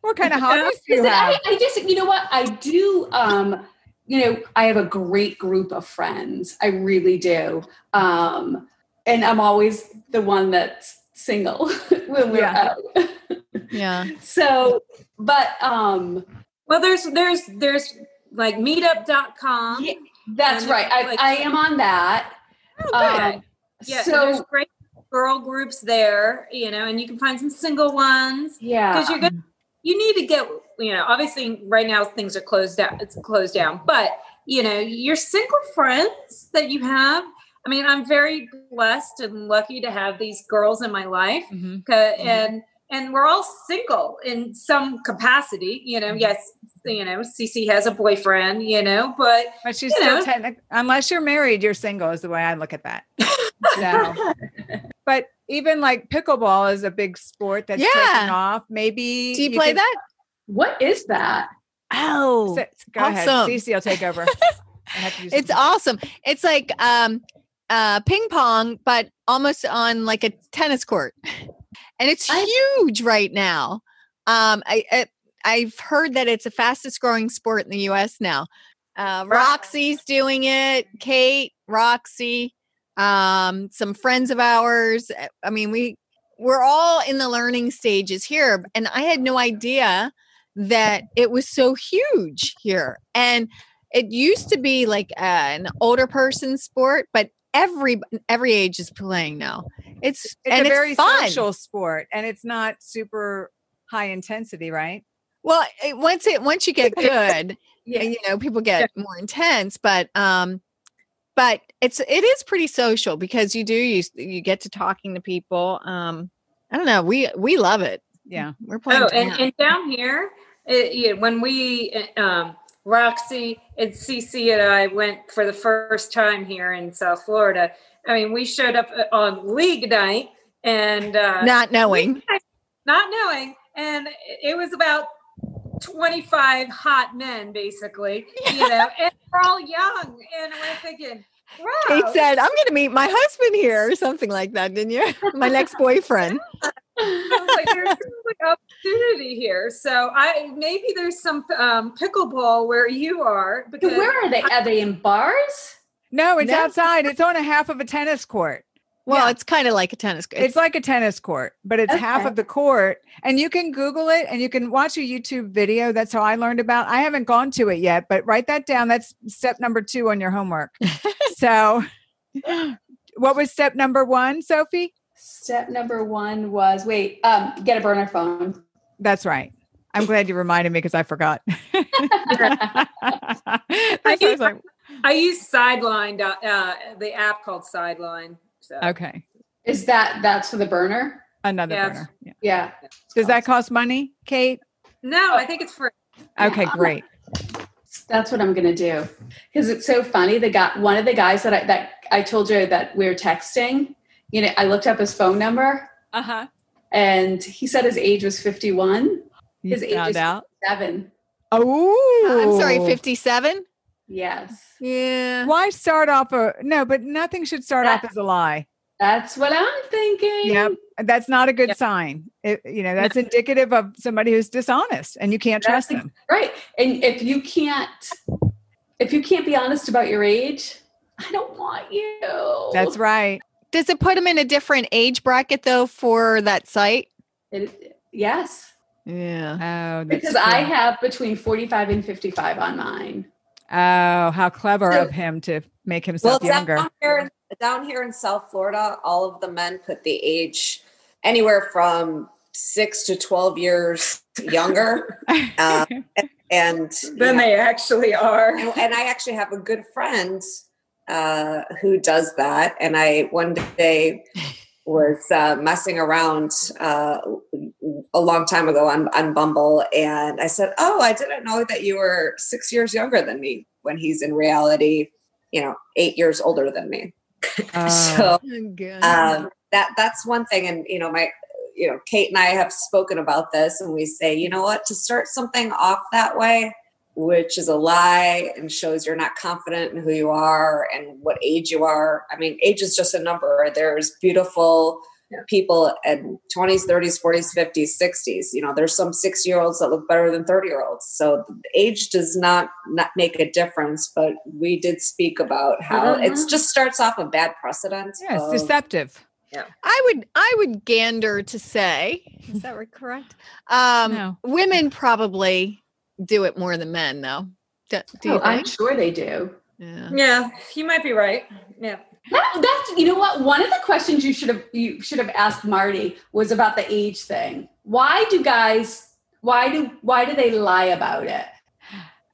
[SPEAKER 1] what kind of hobbies do you
[SPEAKER 4] Listen,
[SPEAKER 1] have?
[SPEAKER 4] I, I just, you know what, I do. Um, you know, I have a great group of friends. I really do. Um, and I'm always the one that's single when we're
[SPEAKER 1] Yeah.
[SPEAKER 4] out.
[SPEAKER 3] Yeah.
[SPEAKER 4] So, but um,
[SPEAKER 2] Well, there's there's there's like meetup.com.
[SPEAKER 4] Yeah, that's
[SPEAKER 2] And
[SPEAKER 4] right. I,
[SPEAKER 2] like- Oh,
[SPEAKER 4] I am on that. Um,
[SPEAKER 2] Yeah, so, there's
[SPEAKER 4] so
[SPEAKER 2] great girl groups there, you know, and you can find some single ones
[SPEAKER 4] yeah,
[SPEAKER 2] because you're going to you need to get you know obviously right now things are closed down it's closed down but you know your single friends that you have i mean i'm very blessed and lucky to have these girls in my life
[SPEAKER 1] Mhm.
[SPEAKER 2] Okay, and and we're all single in some capacity you know yes you know cc has a boyfriend you know but
[SPEAKER 1] But she's
[SPEAKER 2] you
[SPEAKER 1] still
[SPEAKER 2] know.
[SPEAKER 1] technic- unless you're married, you're single is the way I look at that. So, but even like pickleball is a big sport that's taking
[SPEAKER 3] Yeah.
[SPEAKER 1] off. Maybe
[SPEAKER 3] Do you, play
[SPEAKER 1] could-
[SPEAKER 3] that?
[SPEAKER 4] what is that?
[SPEAKER 3] Oh.
[SPEAKER 1] So- go ahead.
[SPEAKER 3] Awesome.
[SPEAKER 1] Cece will take over. I have to do
[SPEAKER 3] It's
[SPEAKER 1] something.
[SPEAKER 3] awesome. It's like um uh ping pong but almost on like a tennis court. And it's
[SPEAKER 4] I-
[SPEAKER 3] huge right now. Um I, I I've heard that it's the fastest growing sport in the US now. Uh Roxy's doing it, Kate, Roxy, um some friends of ours. eh, I mean, we we're all in the learning stages here and I had no idea that it was so huge here. And it used to be like uh, an older person sport, but every every age is playing now. It's,
[SPEAKER 1] It's
[SPEAKER 3] and
[SPEAKER 1] a very
[SPEAKER 3] it's fun.
[SPEAKER 1] social sport and it's not super high intensity, right?
[SPEAKER 3] Well, it, once it once you get good,
[SPEAKER 4] Yeah.
[SPEAKER 3] you know, people get more intense, but um but it's it is pretty social because you do you you get to talking to people. Um I don't know, we we love it.
[SPEAKER 1] Yeah.
[SPEAKER 3] We're playing.
[SPEAKER 2] Oh, and,
[SPEAKER 3] tonight.
[SPEAKER 2] and down here, it, yeah, when we, uh, um, Roxy and Cece and I went for the first time here in South Florida. I mean, we showed up uh, on league night and uh,
[SPEAKER 3] not knowing.
[SPEAKER 2] not knowing, and it was about 25 hot men, basically, you know, and we're all young. And we're thinking,
[SPEAKER 3] Kate
[SPEAKER 2] wow,
[SPEAKER 3] said, I'm gonna meet my husband here or something like that, didn't you? my next boyfriend.
[SPEAKER 2] I was like, there's really opportunity here. So I maybe there's some um, pickleball where you are because
[SPEAKER 4] Where are they? Are they in bars?
[SPEAKER 1] No, it's
[SPEAKER 3] No.
[SPEAKER 1] outside. It's on a half of a tennis court.
[SPEAKER 3] Well,
[SPEAKER 1] Yeah.
[SPEAKER 3] it's kind of like a tennis.
[SPEAKER 1] It's, like a tennis court, but it's half
[SPEAKER 4] Okay.
[SPEAKER 1] of the court. And you can Google it and you can watch a YouTube video. That's how I learned about. I haven't gone to it yet, but write that down. That's step number two on your homework. so what was step number one, Sophie?
[SPEAKER 4] Step number one was wait, um, get a burner phone.
[SPEAKER 1] That's right. I'm glad you reminded me because I forgot. That's why I was like,
[SPEAKER 2] I use Sideline, dot- uh, the app called Sideline. So.
[SPEAKER 1] okay.
[SPEAKER 4] Is that that's for the burner?
[SPEAKER 1] Another
[SPEAKER 2] Yes.
[SPEAKER 1] burner. Yeah.
[SPEAKER 4] Yeah.
[SPEAKER 1] Does that cost money, Kate?
[SPEAKER 2] No, I think it's free.
[SPEAKER 1] Okay,
[SPEAKER 4] Yeah.
[SPEAKER 1] great.
[SPEAKER 4] That's what I'm gonna do. Because it's so funny. The guy one of the guys that I that I told you that we are texting, you know, I looked up his phone number
[SPEAKER 1] Uh huh.
[SPEAKER 4] and he said his age was 51,
[SPEAKER 1] You
[SPEAKER 4] His age
[SPEAKER 1] found
[SPEAKER 4] is-
[SPEAKER 1] out.
[SPEAKER 4] seven.
[SPEAKER 1] Oh,
[SPEAKER 3] I'm sorry, 57?
[SPEAKER 4] Yes.
[SPEAKER 3] Yeah.
[SPEAKER 1] Why start off a no? But nothing should start off as a lie.
[SPEAKER 4] That's what I'm thinking.
[SPEAKER 1] Yep, that's not a good
[SPEAKER 2] Yeah.
[SPEAKER 1] sign. It, you know, that's indicative of somebody who's dishonest, and you can't
[SPEAKER 4] That's
[SPEAKER 1] trust them.
[SPEAKER 4] Right. And if you can't if you can't be honest about your age, I don't want you.
[SPEAKER 1] That's right.
[SPEAKER 3] Does it put them in a different age bracket though for that site?
[SPEAKER 4] It, yes.
[SPEAKER 3] Yeah.
[SPEAKER 1] Oh, that's
[SPEAKER 4] Because I
[SPEAKER 1] true.
[SPEAKER 4] have between 45 and 55 on mine.
[SPEAKER 1] oh, how clever
[SPEAKER 5] So-
[SPEAKER 1] of him to make
[SPEAKER 5] Well,
[SPEAKER 1] himself younger.
[SPEAKER 5] down here, down here in South Florida, all of the men put the age anywhere from six to 12 years younger. uh, and,
[SPEAKER 2] Then they actually are.
[SPEAKER 5] and, and I actually have a good friend uh, who does that. And I one day was uh, messing around uh, a long time ago on, on Bumble. And I said, Oh, I didn't know that you were six years younger than me when he's in reality, you know, eight years older than me.
[SPEAKER 1] Oh.
[SPEAKER 5] so
[SPEAKER 3] Good.
[SPEAKER 5] um, that that's one thing. And you know, my you know, Kate and I have spoken about this, and we say, you know what, to start something off that way, which is a lie and shows you're not confident in who you are and what age you are. I mean, age is just a number. There's beautiful
[SPEAKER 2] Yeah.
[SPEAKER 5] people at 20s, 30s, 40s, 50s, 60s. You know, there's some 60 year olds that look better than 30 year olds. So age does not not make a difference. But we did speak about how
[SPEAKER 2] Mhm.
[SPEAKER 5] it's just starts off a bad precedent.
[SPEAKER 1] Yeah, it's
[SPEAKER 5] of-
[SPEAKER 1] deceptive.
[SPEAKER 3] I would I would gander to say is that right, correct? Um,
[SPEAKER 1] No.
[SPEAKER 3] Women probably do it more than men, though. Do, do you
[SPEAKER 4] Oh, I'm
[SPEAKER 3] think?
[SPEAKER 4] sure they do.
[SPEAKER 3] Yeah.
[SPEAKER 2] Yeah, you might be right. Yeah.
[SPEAKER 4] That, that's you know what one of the questions you should have you should have asked Marty was about the age thing. Why do guys why do why do they lie about it?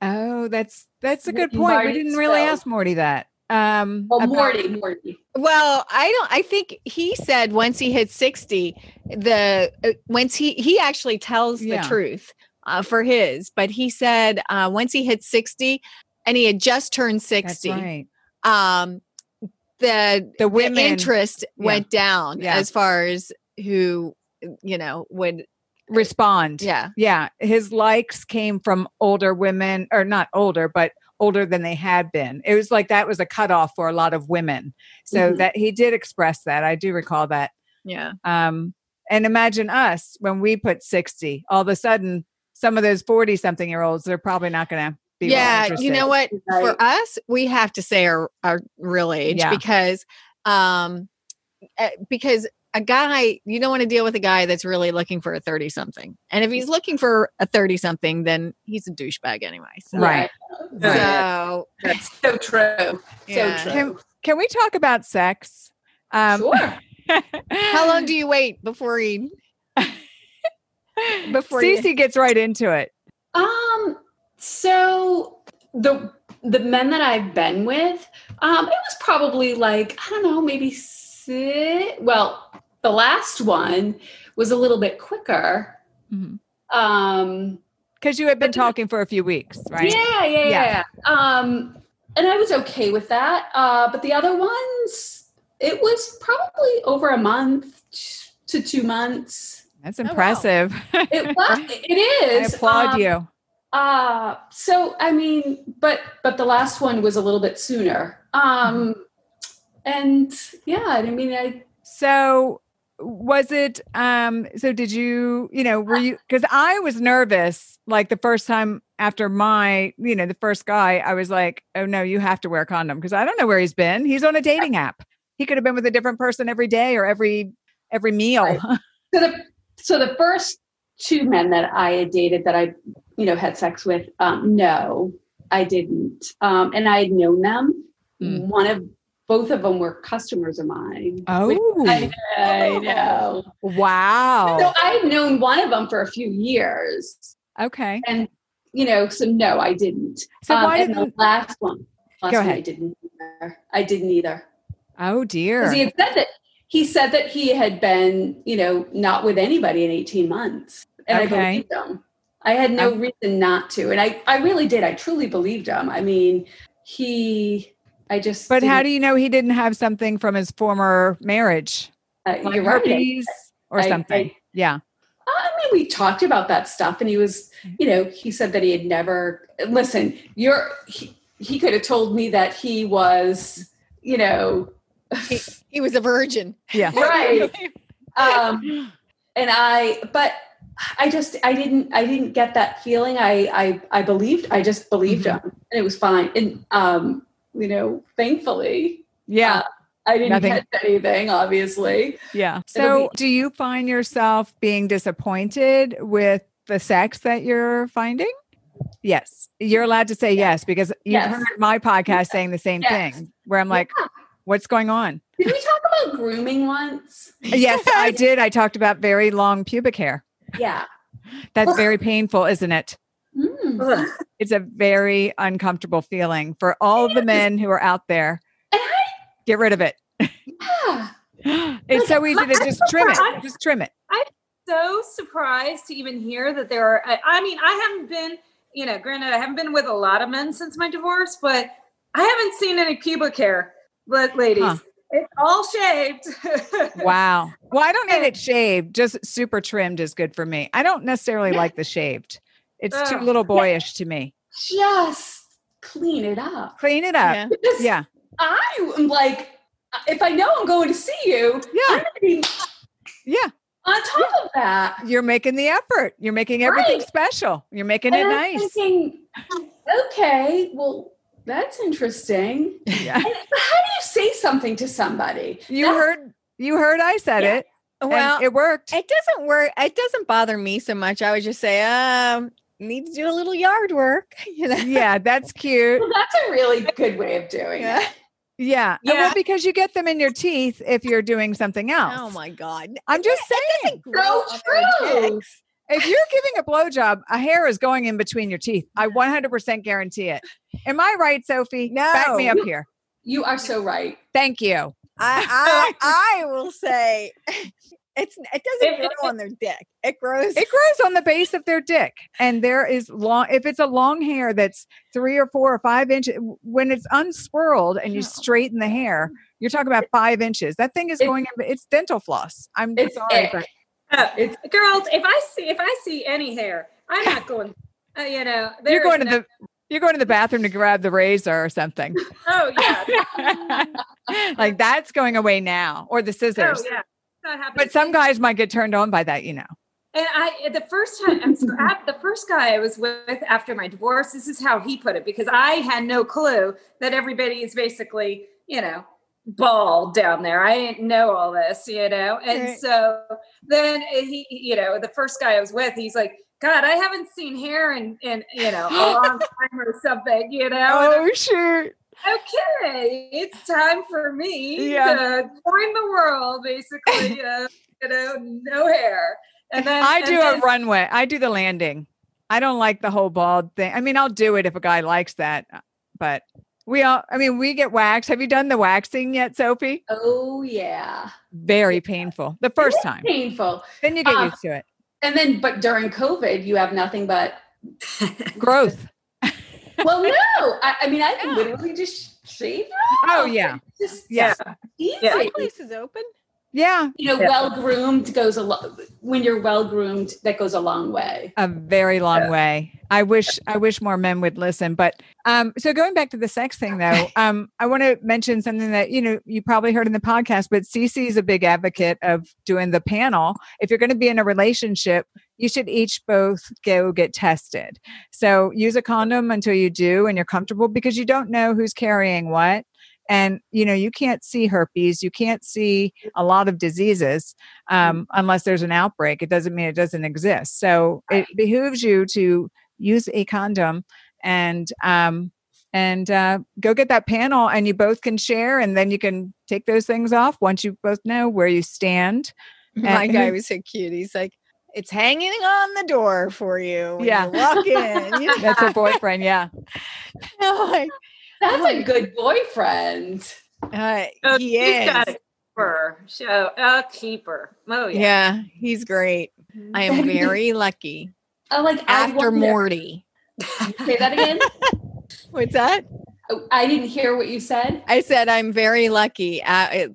[SPEAKER 1] Oh, that's that's a good
[SPEAKER 4] Morty
[SPEAKER 1] point.
[SPEAKER 4] Marty,
[SPEAKER 1] we didn't really
[SPEAKER 4] so-
[SPEAKER 1] ask Morty that. Um,
[SPEAKER 4] Well,
[SPEAKER 1] about-
[SPEAKER 4] Morty, Morty.
[SPEAKER 3] Well, I don't. I think he said once he hit sixty, the uh, once he he actually tells
[SPEAKER 1] Yeah.
[SPEAKER 3] the truth uh, for his, but he said uh, once he hit sixty, and he had just turned
[SPEAKER 1] That's
[SPEAKER 3] sixty,
[SPEAKER 1] right.
[SPEAKER 3] um, the
[SPEAKER 1] The
[SPEAKER 3] the
[SPEAKER 1] women
[SPEAKER 3] interest
[SPEAKER 1] yeah.
[SPEAKER 3] went down
[SPEAKER 1] Yeah.
[SPEAKER 3] as far as who you know would
[SPEAKER 1] respond.
[SPEAKER 3] yeah
[SPEAKER 1] Yeah, his likes came from older women, or not older, but older than they had been. It was like that was a cutoff for a lot of women. So
[SPEAKER 3] Mm-hmm.
[SPEAKER 4] Mhm.
[SPEAKER 1] that he did express that. I do recall that.
[SPEAKER 3] yeah
[SPEAKER 1] Um, and imagine us when we put 60, all of a sudden, some of those 40 something year olds, they're probably not going to be. real
[SPEAKER 3] yeah you know
[SPEAKER 1] interested.
[SPEAKER 3] what
[SPEAKER 4] Right.
[SPEAKER 3] for us we have to say our, our real age
[SPEAKER 1] Yeah.
[SPEAKER 3] because um uh, because a guy you don't want to deal with a guy that's really looking for a 30 something and if he's looking for a 30 something then he's a douchebag anyway so,
[SPEAKER 1] Right.
[SPEAKER 3] so
[SPEAKER 2] Right.
[SPEAKER 4] That's so true.
[SPEAKER 3] yeah.
[SPEAKER 4] So
[SPEAKER 1] Can,
[SPEAKER 4] true.
[SPEAKER 1] can we talk about sex? Um,
[SPEAKER 4] sure.
[SPEAKER 3] how long do you wait before he before you-
[SPEAKER 1] Cece gets right into it?
[SPEAKER 4] Um, so the the men that I've been with, um, it was probably like, I don't know, maybe six well, the last one was a little bit quicker.
[SPEAKER 1] Mm-hmm.
[SPEAKER 4] Um
[SPEAKER 1] Because you had been talking for a few weeks, right?
[SPEAKER 4] Yeah, yeah,
[SPEAKER 1] Yeah.
[SPEAKER 4] yeah. Um, and I was okay with that. Uh, but the other ones, it was probably over a month to two months.
[SPEAKER 1] That's
[SPEAKER 3] wow.
[SPEAKER 1] impressive.
[SPEAKER 4] Oh, It was. It
[SPEAKER 1] I
[SPEAKER 4] is.
[SPEAKER 1] applaud
[SPEAKER 4] Um,
[SPEAKER 1] you.
[SPEAKER 4] Uh, so I mean, but but the last one was a little bit sooner.
[SPEAKER 1] Mm-hmm.
[SPEAKER 4] Um, and yeah, I mean, I
[SPEAKER 1] So was it um so did you you know were you because i was nervous like the first time after my you know the first guy i was like oh no you have to wear a condom because i don't know where he's been he's on a dating app he could have been with a different person every day or every every meal
[SPEAKER 4] Right. so the so the first two men that I had dated that I you know had sex with, um, no, I didn't, um, and I had known them.
[SPEAKER 1] Mm.
[SPEAKER 4] One of both of them were customers of mine.
[SPEAKER 1] oh
[SPEAKER 4] I, I know. So
[SPEAKER 1] wow
[SPEAKER 4] I had known one of them for a few years,
[SPEAKER 1] okay
[SPEAKER 4] and you know, so no, I didn't.
[SPEAKER 1] so
[SPEAKER 4] Um,
[SPEAKER 1] why
[SPEAKER 4] and
[SPEAKER 1] didn't
[SPEAKER 4] the last one? Last
[SPEAKER 1] Go
[SPEAKER 4] one
[SPEAKER 1] ahead.
[SPEAKER 4] I didn't either. I didn't either.
[SPEAKER 1] oh dear
[SPEAKER 4] Because he had said that he said that he had been, you know, not with anybody in 18 months. And I
[SPEAKER 1] Okay.
[SPEAKER 4] believed him. I had no reason not to. And I, I really did. I truly believed him. I mean, he I just
[SPEAKER 1] but how do you know he didn't have something from his former marriage
[SPEAKER 4] uh,
[SPEAKER 1] like
[SPEAKER 4] you're right.
[SPEAKER 1] herpes or
[SPEAKER 4] I- I-
[SPEAKER 1] something yeah
[SPEAKER 4] I mean, we talked about that stuff, and he was,
[SPEAKER 1] Mm-hmm.
[SPEAKER 4] you know, he said that he had never. Listen, you're. He, he could have told me that he was, you know,
[SPEAKER 3] he, he was a virgin
[SPEAKER 1] yeah
[SPEAKER 4] right. Um, and I, but I just, I didn't, I didn't get that feeling. I, I, I believed. I just believed
[SPEAKER 1] Mm-hmm.
[SPEAKER 4] him, and it was fine. And um, you know, thankfully,
[SPEAKER 1] yeah
[SPEAKER 4] I didn't
[SPEAKER 1] Nothing.
[SPEAKER 4] catch anything. Obviously,
[SPEAKER 1] Yeah.
[SPEAKER 4] uh, It'll
[SPEAKER 1] So, do you find yourself being disappointed with the sex that you're finding? Yes. You're allowed to say yes, because you've
[SPEAKER 4] Yes.
[SPEAKER 1] heard my podcast saying the same
[SPEAKER 4] Yes.
[SPEAKER 1] thing where I'm like, what's going on?
[SPEAKER 4] did we talk about grooming once?
[SPEAKER 1] Yes, I did. I talked about very long pubic hair.
[SPEAKER 4] Yeah.
[SPEAKER 1] That's very painful, isn't it?
[SPEAKER 4] Mm.
[SPEAKER 2] Ugh.
[SPEAKER 1] It's a very uncomfortable feeling for all the men who are out there.
[SPEAKER 4] And
[SPEAKER 1] Get rid of it.
[SPEAKER 4] Yeah.
[SPEAKER 1] It's so easy to just trim it. Just trim it.
[SPEAKER 2] so surprised to even hear that there are. I, I mean, I haven't been, you know, granted, I haven't been with a lot of men since my divorce, but I haven't seen any pubic hair, but ladies.
[SPEAKER 1] Huh.
[SPEAKER 2] It's all shaved.
[SPEAKER 1] Wow. Well, I don't need it shaved. Just super trimmed is good for me. I don't necessarily like the shaved. It's too
[SPEAKER 2] Ugh.
[SPEAKER 1] little boyish to me.
[SPEAKER 4] Just clean it up.
[SPEAKER 1] Clean it up.
[SPEAKER 3] Yeah.
[SPEAKER 4] Just-
[SPEAKER 1] Yeah.
[SPEAKER 4] I am like, if I know I'm going to see you, I'm
[SPEAKER 1] Yeah.
[SPEAKER 4] gonna be
[SPEAKER 1] Yeah.
[SPEAKER 4] on top of that.
[SPEAKER 1] You're making the effort. You're making everything
[SPEAKER 4] Right.
[SPEAKER 1] special. You're making
[SPEAKER 4] And
[SPEAKER 1] it
[SPEAKER 4] I'm
[SPEAKER 1] nice.
[SPEAKER 4] thinking, okay, well, that's interesting.
[SPEAKER 1] Yeah.
[SPEAKER 4] And how do you say something to somebody?
[SPEAKER 1] You
[SPEAKER 4] That's-
[SPEAKER 1] heard you heard I said
[SPEAKER 4] Yeah.
[SPEAKER 1] it. and
[SPEAKER 3] Well,
[SPEAKER 1] it worked.
[SPEAKER 3] it doesn't work. It doesn't bother me so much. I would just say, um, need to do a little yard work. You know.
[SPEAKER 1] yeah, that's cute.
[SPEAKER 4] well, that's a really good way of doing it.
[SPEAKER 3] Yeah.
[SPEAKER 1] Yeah. And
[SPEAKER 2] Yeah.
[SPEAKER 1] well, because you get them in your teeth if you're doing something else.
[SPEAKER 3] Oh my god.
[SPEAKER 1] I'm just saying,
[SPEAKER 3] Doesn't grow
[SPEAKER 4] So
[SPEAKER 3] up our
[SPEAKER 4] true.
[SPEAKER 3] dicks.
[SPEAKER 1] if you're giving a blowjob, a hair is going in between your teeth. I 100% guarantee it. Am I right, Sophie? Back me
[SPEAKER 3] No.
[SPEAKER 1] up here.
[SPEAKER 4] You are so right.
[SPEAKER 1] Thank you.
[SPEAKER 3] I, I I will say it's it doesn't
[SPEAKER 2] If-
[SPEAKER 3] grow on their dick. It grows.
[SPEAKER 1] It grows on the base of their dick, and there is long. If it's a long hair that's three or four or five inches, when it's unswirled and you straighten the hair, you're talking about five inches. That thing is
[SPEAKER 4] It-
[SPEAKER 1] going. In, it's dental floss. I'm
[SPEAKER 4] It's
[SPEAKER 1] sorry,
[SPEAKER 4] thick.
[SPEAKER 1] but
[SPEAKER 4] It's
[SPEAKER 2] Uh, Girls, if I see if I see any hair, I'm not going. Uh, you know,
[SPEAKER 1] you're
[SPEAKER 2] there's
[SPEAKER 1] going to
[SPEAKER 2] no-
[SPEAKER 1] the you're going to the bathroom to grab the razor or something.
[SPEAKER 2] Oh yeah,
[SPEAKER 1] like that's going away now, or the
[SPEAKER 2] oh
[SPEAKER 1] scissors.
[SPEAKER 2] yeah. It's Not happening.
[SPEAKER 1] But some guys might get turned on by that, you know.
[SPEAKER 2] And I, the first time, I'm so- I- the first guy I was with after my divorce, this is how he put it because I had no clue that everybody is basically, you know, bald down there. I didn't know all this, you know. And
[SPEAKER 3] Right.
[SPEAKER 2] so then he, you know, the first guy I was with, he's like, God, I haven't seen hair in, in you know, a long time or something, you know.
[SPEAKER 1] Oh shoot!
[SPEAKER 2] And I'm, okay, it's time for me
[SPEAKER 1] Yeah.
[SPEAKER 2] to join the world, basically, uh, you know, no hair. And then
[SPEAKER 1] I
[SPEAKER 2] and
[SPEAKER 1] do
[SPEAKER 2] then-
[SPEAKER 1] a runway. I do the landing. I don't like the whole bald thing. I mean, I'll do it if a guy likes that, uh, but we all. I mean, we get waxed. Have you done the waxing yet, Sophie?
[SPEAKER 4] oh yeah,
[SPEAKER 1] Very painful the first time.
[SPEAKER 4] painful.
[SPEAKER 1] Then you get
[SPEAKER 4] Uh,
[SPEAKER 1] used to it.
[SPEAKER 4] And then, but during COVID, you have nothing but.
[SPEAKER 1] Growth.
[SPEAKER 4] Well, no, I, I mean, I can
[SPEAKER 3] Yeah.
[SPEAKER 4] literally just shave. it
[SPEAKER 1] Oh
[SPEAKER 4] off.
[SPEAKER 1] yeah,
[SPEAKER 4] just
[SPEAKER 1] yeah,
[SPEAKER 4] easy.
[SPEAKER 2] Yeah.
[SPEAKER 3] That place is open.
[SPEAKER 1] yeah.
[SPEAKER 4] You know,
[SPEAKER 1] Yeah.
[SPEAKER 4] well groomed goes a lot. When you're well groomed, that goes a long way.
[SPEAKER 1] A very long way. I wish. I wish more men would listen. But um, so going back to the sex thing, though, um, I want to mention something that you know you probably heard in the podcast. But Cece is a big advocate of doing the panel. If you're going to be in a relationship, you should each both go get tested. So use a condom until you do and you're comfortable because you don't know who's carrying what. And you know you can't see herpes, you can't see a lot of diseases
[SPEAKER 3] Mm-hmm.
[SPEAKER 1] um, unless there's an outbreak. It doesn't mean it doesn't exist. So it behooves you to use a condom and um, and uh, go get that panel and you both can share and then you can take those things off once you both know where you stand
[SPEAKER 3] My
[SPEAKER 1] And-
[SPEAKER 3] guy was so cute. He's like, it's hanging on the door for you. When
[SPEAKER 1] Yeah.
[SPEAKER 3] You walk in. You
[SPEAKER 1] that's her boyfriend yeah
[SPEAKER 3] know, like,
[SPEAKER 4] That's a good boyfriend.
[SPEAKER 3] uh,
[SPEAKER 2] Oh,
[SPEAKER 3] he
[SPEAKER 2] He's got
[SPEAKER 3] is.
[SPEAKER 2] a keeper. So a keeper. Oh yeah.
[SPEAKER 3] Yeah, he's great. I am very lucky.
[SPEAKER 4] I Oh, like I
[SPEAKER 3] After
[SPEAKER 4] wonder-
[SPEAKER 3] Morty.
[SPEAKER 4] Say that again.
[SPEAKER 3] What's that?
[SPEAKER 4] Oh, I didn't hear what you said.
[SPEAKER 3] I said I'm very lucky. Uh, it,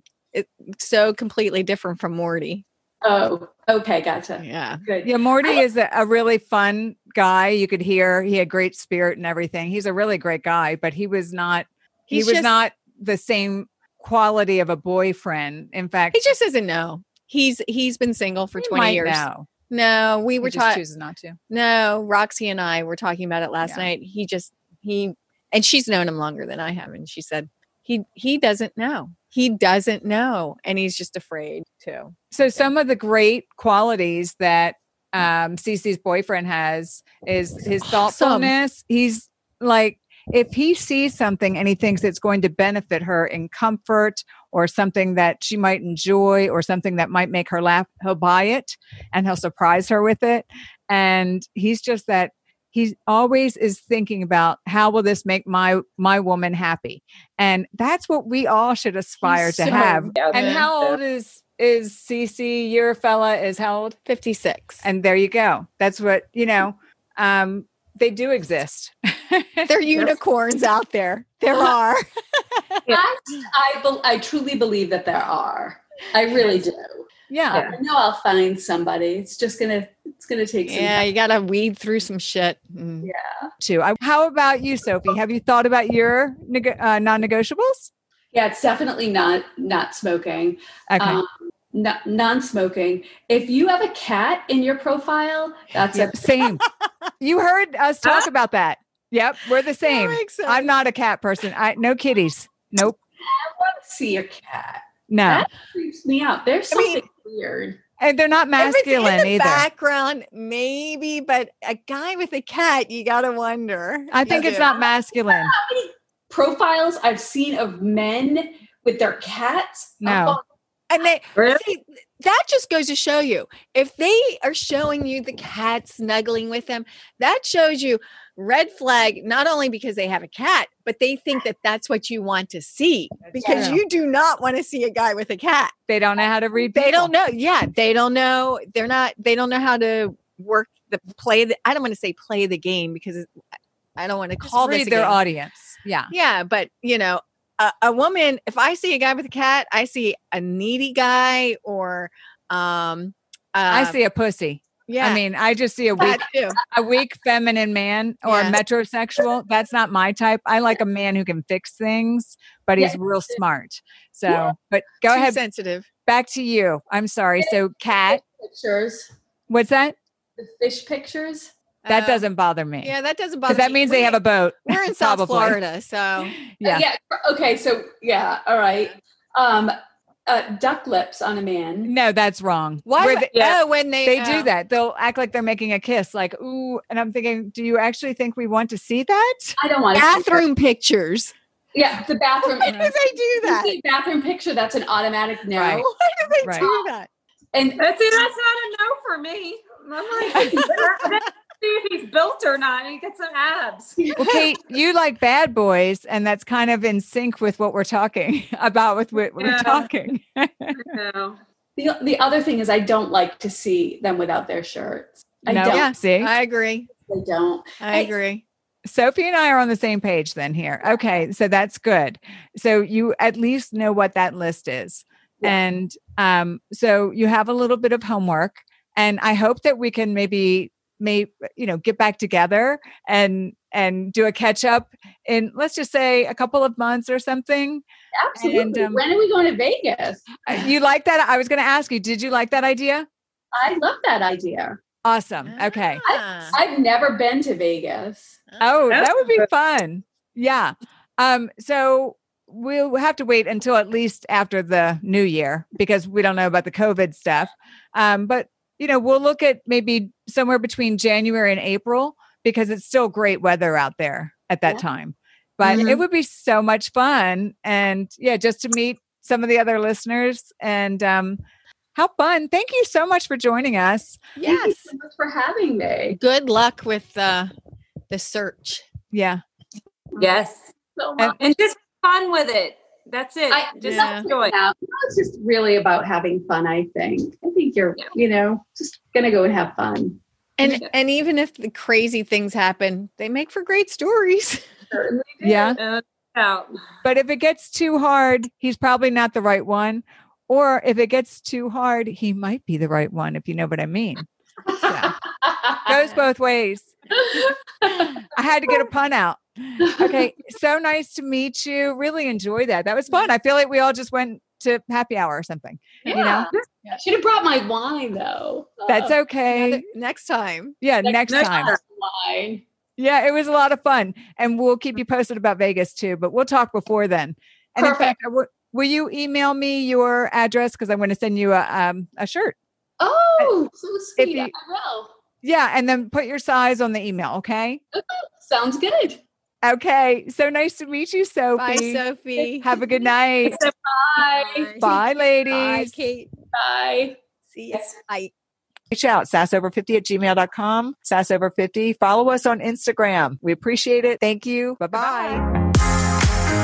[SPEAKER 3] it's so completely different from Morty.
[SPEAKER 4] Oh, okay, gotcha.
[SPEAKER 3] Yeah.
[SPEAKER 4] Good.
[SPEAKER 1] yeah morty is a, a really fun guy you could hear he had great spirit and everything he's a really great guy but he was not
[SPEAKER 3] He's
[SPEAKER 1] he was
[SPEAKER 3] just-
[SPEAKER 1] not the same quality of a boyfriend in fact
[SPEAKER 3] He just doesn't know. He's he's been single for
[SPEAKER 1] he
[SPEAKER 3] 20
[SPEAKER 1] might
[SPEAKER 3] years.
[SPEAKER 1] know.
[SPEAKER 3] No, we
[SPEAKER 1] He
[SPEAKER 3] were
[SPEAKER 1] just
[SPEAKER 3] talking
[SPEAKER 1] chooses not to
[SPEAKER 3] No, Roxy and I were talking about it last
[SPEAKER 1] Yeah.
[SPEAKER 3] night. He just he and she's known him longer than I have, and she said he he doesn't know. He doesn't know, and he's just afraid too.
[SPEAKER 1] So some of the great qualities that um Cece's boyfriend has is his
[SPEAKER 3] awesome.
[SPEAKER 1] thoughtfulness. He's like if he sees something and he thinks it's going to benefit her in comfort or something that she might enjoy or something that might make her laugh, he'll buy it and he'll surprise her with it. And he's just that he always is thinking about how will this make my my woman happy. And that's what we all should aspire to
[SPEAKER 3] so
[SPEAKER 1] have.
[SPEAKER 2] Yeah,
[SPEAKER 1] And
[SPEAKER 2] man.
[SPEAKER 1] how old is is Cece? Your fella is how old?
[SPEAKER 3] Fifty six.
[SPEAKER 1] And there you go. That's what you know. Um, they do exist.
[SPEAKER 3] They're unicorns out there. There are.
[SPEAKER 2] I, I, bel I truly believe that there are. I really do.
[SPEAKER 1] yeah.
[SPEAKER 4] I know I'll find somebody. It's just gonna it's gonna take some
[SPEAKER 3] Yeah, you got to weed through some shit. Mm.
[SPEAKER 4] Yeah.
[SPEAKER 1] too. I, how about you, Sophie? Have you thought about your neg- uh, non-negotiables?
[SPEAKER 4] Yeah, it's definitely not not smoking.
[SPEAKER 1] Okay.
[SPEAKER 4] Um, no, non-smoking. If you have a cat in your profile, that's
[SPEAKER 1] Yep, same. you heard us talk about that. Yep, we're the same.
[SPEAKER 3] That makes sense.
[SPEAKER 1] I'm not a cat person. I no kitties. Nope.
[SPEAKER 4] a I want to see your cat.
[SPEAKER 1] No.
[SPEAKER 4] Creeps me out. There's
[SPEAKER 3] I mean-
[SPEAKER 4] something weird.
[SPEAKER 1] And they're not
[SPEAKER 3] If it's
[SPEAKER 1] masculine
[SPEAKER 3] in the
[SPEAKER 1] either.
[SPEAKER 3] background, maybe, but a guy with a cat, you got to wonder.
[SPEAKER 1] I think
[SPEAKER 3] You
[SPEAKER 1] it's
[SPEAKER 3] do.
[SPEAKER 1] not masculine.
[SPEAKER 4] Profiles I've seen of men with their cats. up
[SPEAKER 1] No.
[SPEAKER 4] on-
[SPEAKER 3] And they
[SPEAKER 2] Really?
[SPEAKER 3] see, that just goes to show you if they are showing you the cat snuggling with them, that shows you red flag. Not only because they have a cat, but they think that that's what you want to see because
[SPEAKER 1] true.
[SPEAKER 3] you do not want to see a guy with a cat.
[SPEAKER 1] They don't know how to read.
[SPEAKER 3] They
[SPEAKER 1] people.
[SPEAKER 3] don't know. Yeah, they don't know. They're not. They don't know how to work the play. The, I don't want to say play the game because it- I don't want to
[SPEAKER 1] Just
[SPEAKER 3] call this
[SPEAKER 1] read
[SPEAKER 3] a
[SPEAKER 1] their
[SPEAKER 3] game.
[SPEAKER 1] audience. Yeah.
[SPEAKER 3] Yeah, but you know, a, a woman, if I see a guy with a cat, I see a needy guy or um uh,
[SPEAKER 1] I see a pussy.
[SPEAKER 3] yeah,
[SPEAKER 1] I mean, I just see a weak
[SPEAKER 3] that too.
[SPEAKER 1] a weak feminine man or
[SPEAKER 3] Yeah.
[SPEAKER 1] a metrosexual. That's not my type. I like a man who can fix things, but
[SPEAKER 2] Yeah.
[SPEAKER 1] he's real smart. So,
[SPEAKER 2] Yeah.
[SPEAKER 1] but go
[SPEAKER 3] Too
[SPEAKER 1] ahead.
[SPEAKER 3] sensitive.
[SPEAKER 1] Back to you. I'm sorry. So, Kat,
[SPEAKER 4] Pictures.
[SPEAKER 1] what's that?
[SPEAKER 4] The fish pictures.
[SPEAKER 1] That
[SPEAKER 3] Uh,
[SPEAKER 1] doesn't bother me.
[SPEAKER 3] Yeah, that doesn't bother
[SPEAKER 1] Because that
[SPEAKER 3] me.
[SPEAKER 1] means they have a boat.
[SPEAKER 3] We're in South
[SPEAKER 1] probably.
[SPEAKER 3] Florida, so
[SPEAKER 1] Yeah.
[SPEAKER 4] Yeah. Okay. So yeah. All right. Um, uh, duck lips on a man.
[SPEAKER 1] No, that's wrong.
[SPEAKER 3] why?
[SPEAKER 1] Where
[SPEAKER 3] would-
[SPEAKER 1] they-
[SPEAKER 2] yeah.
[SPEAKER 3] Oh, when they
[SPEAKER 1] They
[SPEAKER 3] uh,
[SPEAKER 1] do that. They'll act like they're making a kiss, like, ooh. And I'm thinking, do you actually think we want to see that?
[SPEAKER 4] I don't want to
[SPEAKER 3] bathroom pictures.
[SPEAKER 4] Yeah, the bathroom.
[SPEAKER 3] Why do they do
[SPEAKER 4] You
[SPEAKER 3] that?
[SPEAKER 4] see bathroom picture. That's an automatic no.
[SPEAKER 1] Right.
[SPEAKER 3] Why do they
[SPEAKER 1] Right.
[SPEAKER 3] do that?
[SPEAKER 4] And
[SPEAKER 2] But see, that's not a no for me. I'm like, let's see if he's built or not. He gets some abs.
[SPEAKER 1] Well, Kate, you like bad boys, and that's kind of in sync with what we're talking about with what we're
[SPEAKER 2] Yeah.
[SPEAKER 1] talking.
[SPEAKER 2] No.
[SPEAKER 4] the, the other thing is, I don't like to see them without their shirts. I
[SPEAKER 1] no,
[SPEAKER 4] don't.
[SPEAKER 3] Yeah.
[SPEAKER 1] see?
[SPEAKER 3] I agree.
[SPEAKER 4] I don't.
[SPEAKER 3] I
[SPEAKER 4] I-
[SPEAKER 3] agree.
[SPEAKER 1] Sophie and I are on the same page then here. Okay, so that's good. So you at least know what that list is.
[SPEAKER 4] Yeah.
[SPEAKER 1] And um so you have a little bit of homework and I hope that we can maybe may you know get back together and and do a catch up in let's just say a couple of months or something.
[SPEAKER 4] Absolutely.
[SPEAKER 1] And, um,
[SPEAKER 4] when are we going to Vegas?
[SPEAKER 1] Uh, You like that? I was going to ask you, did you like that idea?
[SPEAKER 4] I love that idea.
[SPEAKER 1] Awesome. um, Okay.
[SPEAKER 3] Ah.
[SPEAKER 4] I've never been to Vegas.
[SPEAKER 1] Oh,
[SPEAKER 2] That's
[SPEAKER 1] that would be
[SPEAKER 2] good.
[SPEAKER 1] fun. Yeah. Um, so we'll have to wait until at least after the new year because we don't know about the COVID stuff. Um, but you know, we'll look at maybe somewhere between January and April because it's still great weather out there at that
[SPEAKER 4] Yeah.
[SPEAKER 1] time. But it would be so much fun. And yeah, just to meet some of the other listeners and um how fun. Thank you so much for joining us.
[SPEAKER 4] Thank you
[SPEAKER 3] yes.
[SPEAKER 4] so much for having me.
[SPEAKER 3] Good luck with uh, the search.
[SPEAKER 1] Yeah.
[SPEAKER 2] Yes.
[SPEAKER 4] So much.
[SPEAKER 1] And-
[SPEAKER 2] And just fun with it. That's it.
[SPEAKER 4] I-
[SPEAKER 2] just
[SPEAKER 3] Yeah.
[SPEAKER 2] enjoy. it.
[SPEAKER 4] Now, it's just really about having fun. I think. I think you're,
[SPEAKER 2] Yeah.
[SPEAKER 4] you know, just gonna go and have fun.
[SPEAKER 3] And
[SPEAKER 2] Yeah.
[SPEAKER 3] and even if the crazy things happen, they make for great stories.
[SPEAKER 4] Certainly.
[SPEAKER 1] Yeah.
[SPEAKER 2] Uh, out.
[SPEAKER 1] But if it gets too hard, he's probably not the right one. Or if it gets too hard, he might be the right one, if you know what I mean. So, goes both ways. I had to get a pun out. Okay. So nice to meet you. Really enjoy that. That was fun. I feel like we all just went to happy hour or something.
[SPEAKER 4] Yeah.
[SPEAKER 1] You know,
[SPEAKER 4] I should have brought my wine though.
[SPEAKER 1] that's
[SPEAKER 4] Oh,
[SPEAKER 1] okay.
[SPEAKER 3] Next time.
[SPEAKER 1] Yeah. Next
[SPEAKER 4] Next-
[SPEAKER 2] next
[SPEAKER 1] time.
[SPEAKER 2] time.
[SPEAKER 4] Wine.
[SPEAKER 1] Yeah. It was a lot of fun. And we'll keep you posted about Vegas too, but we'll talk before then. And in fact, I would- will you email me your address? Because I'm going to send you a, um, a shirt.
[SPEAKER 4] Oh, so sweet.
[SPEAKER 1] you-
[SPEAKER 4] I will.
[SPEAKER 1] Yeah, and then put your size on the email, okay?
[SPEAKER 4] Sounds good.
[SPEAKER 1] Okay. So nice to meet you, Sophie.
[SPEAKER 3] Bye, Sophie.
[SPEAKER 1] Have a good night.
[SPEAKER 4] Bye.
[SPEAKER 1] Bye, ladies.
[SPEAKER 3] Bye, Kate.
[SPEAKER 4] Bye.
[SPEAKER 3] See ya. Bye.
[SPEAKER 1] Reach out, sassover50 at gmail.com, sassover50. Follow us on Instagram. We appreciate it. Thank you. Bye-bye.
[SPEAKER 3] Bye.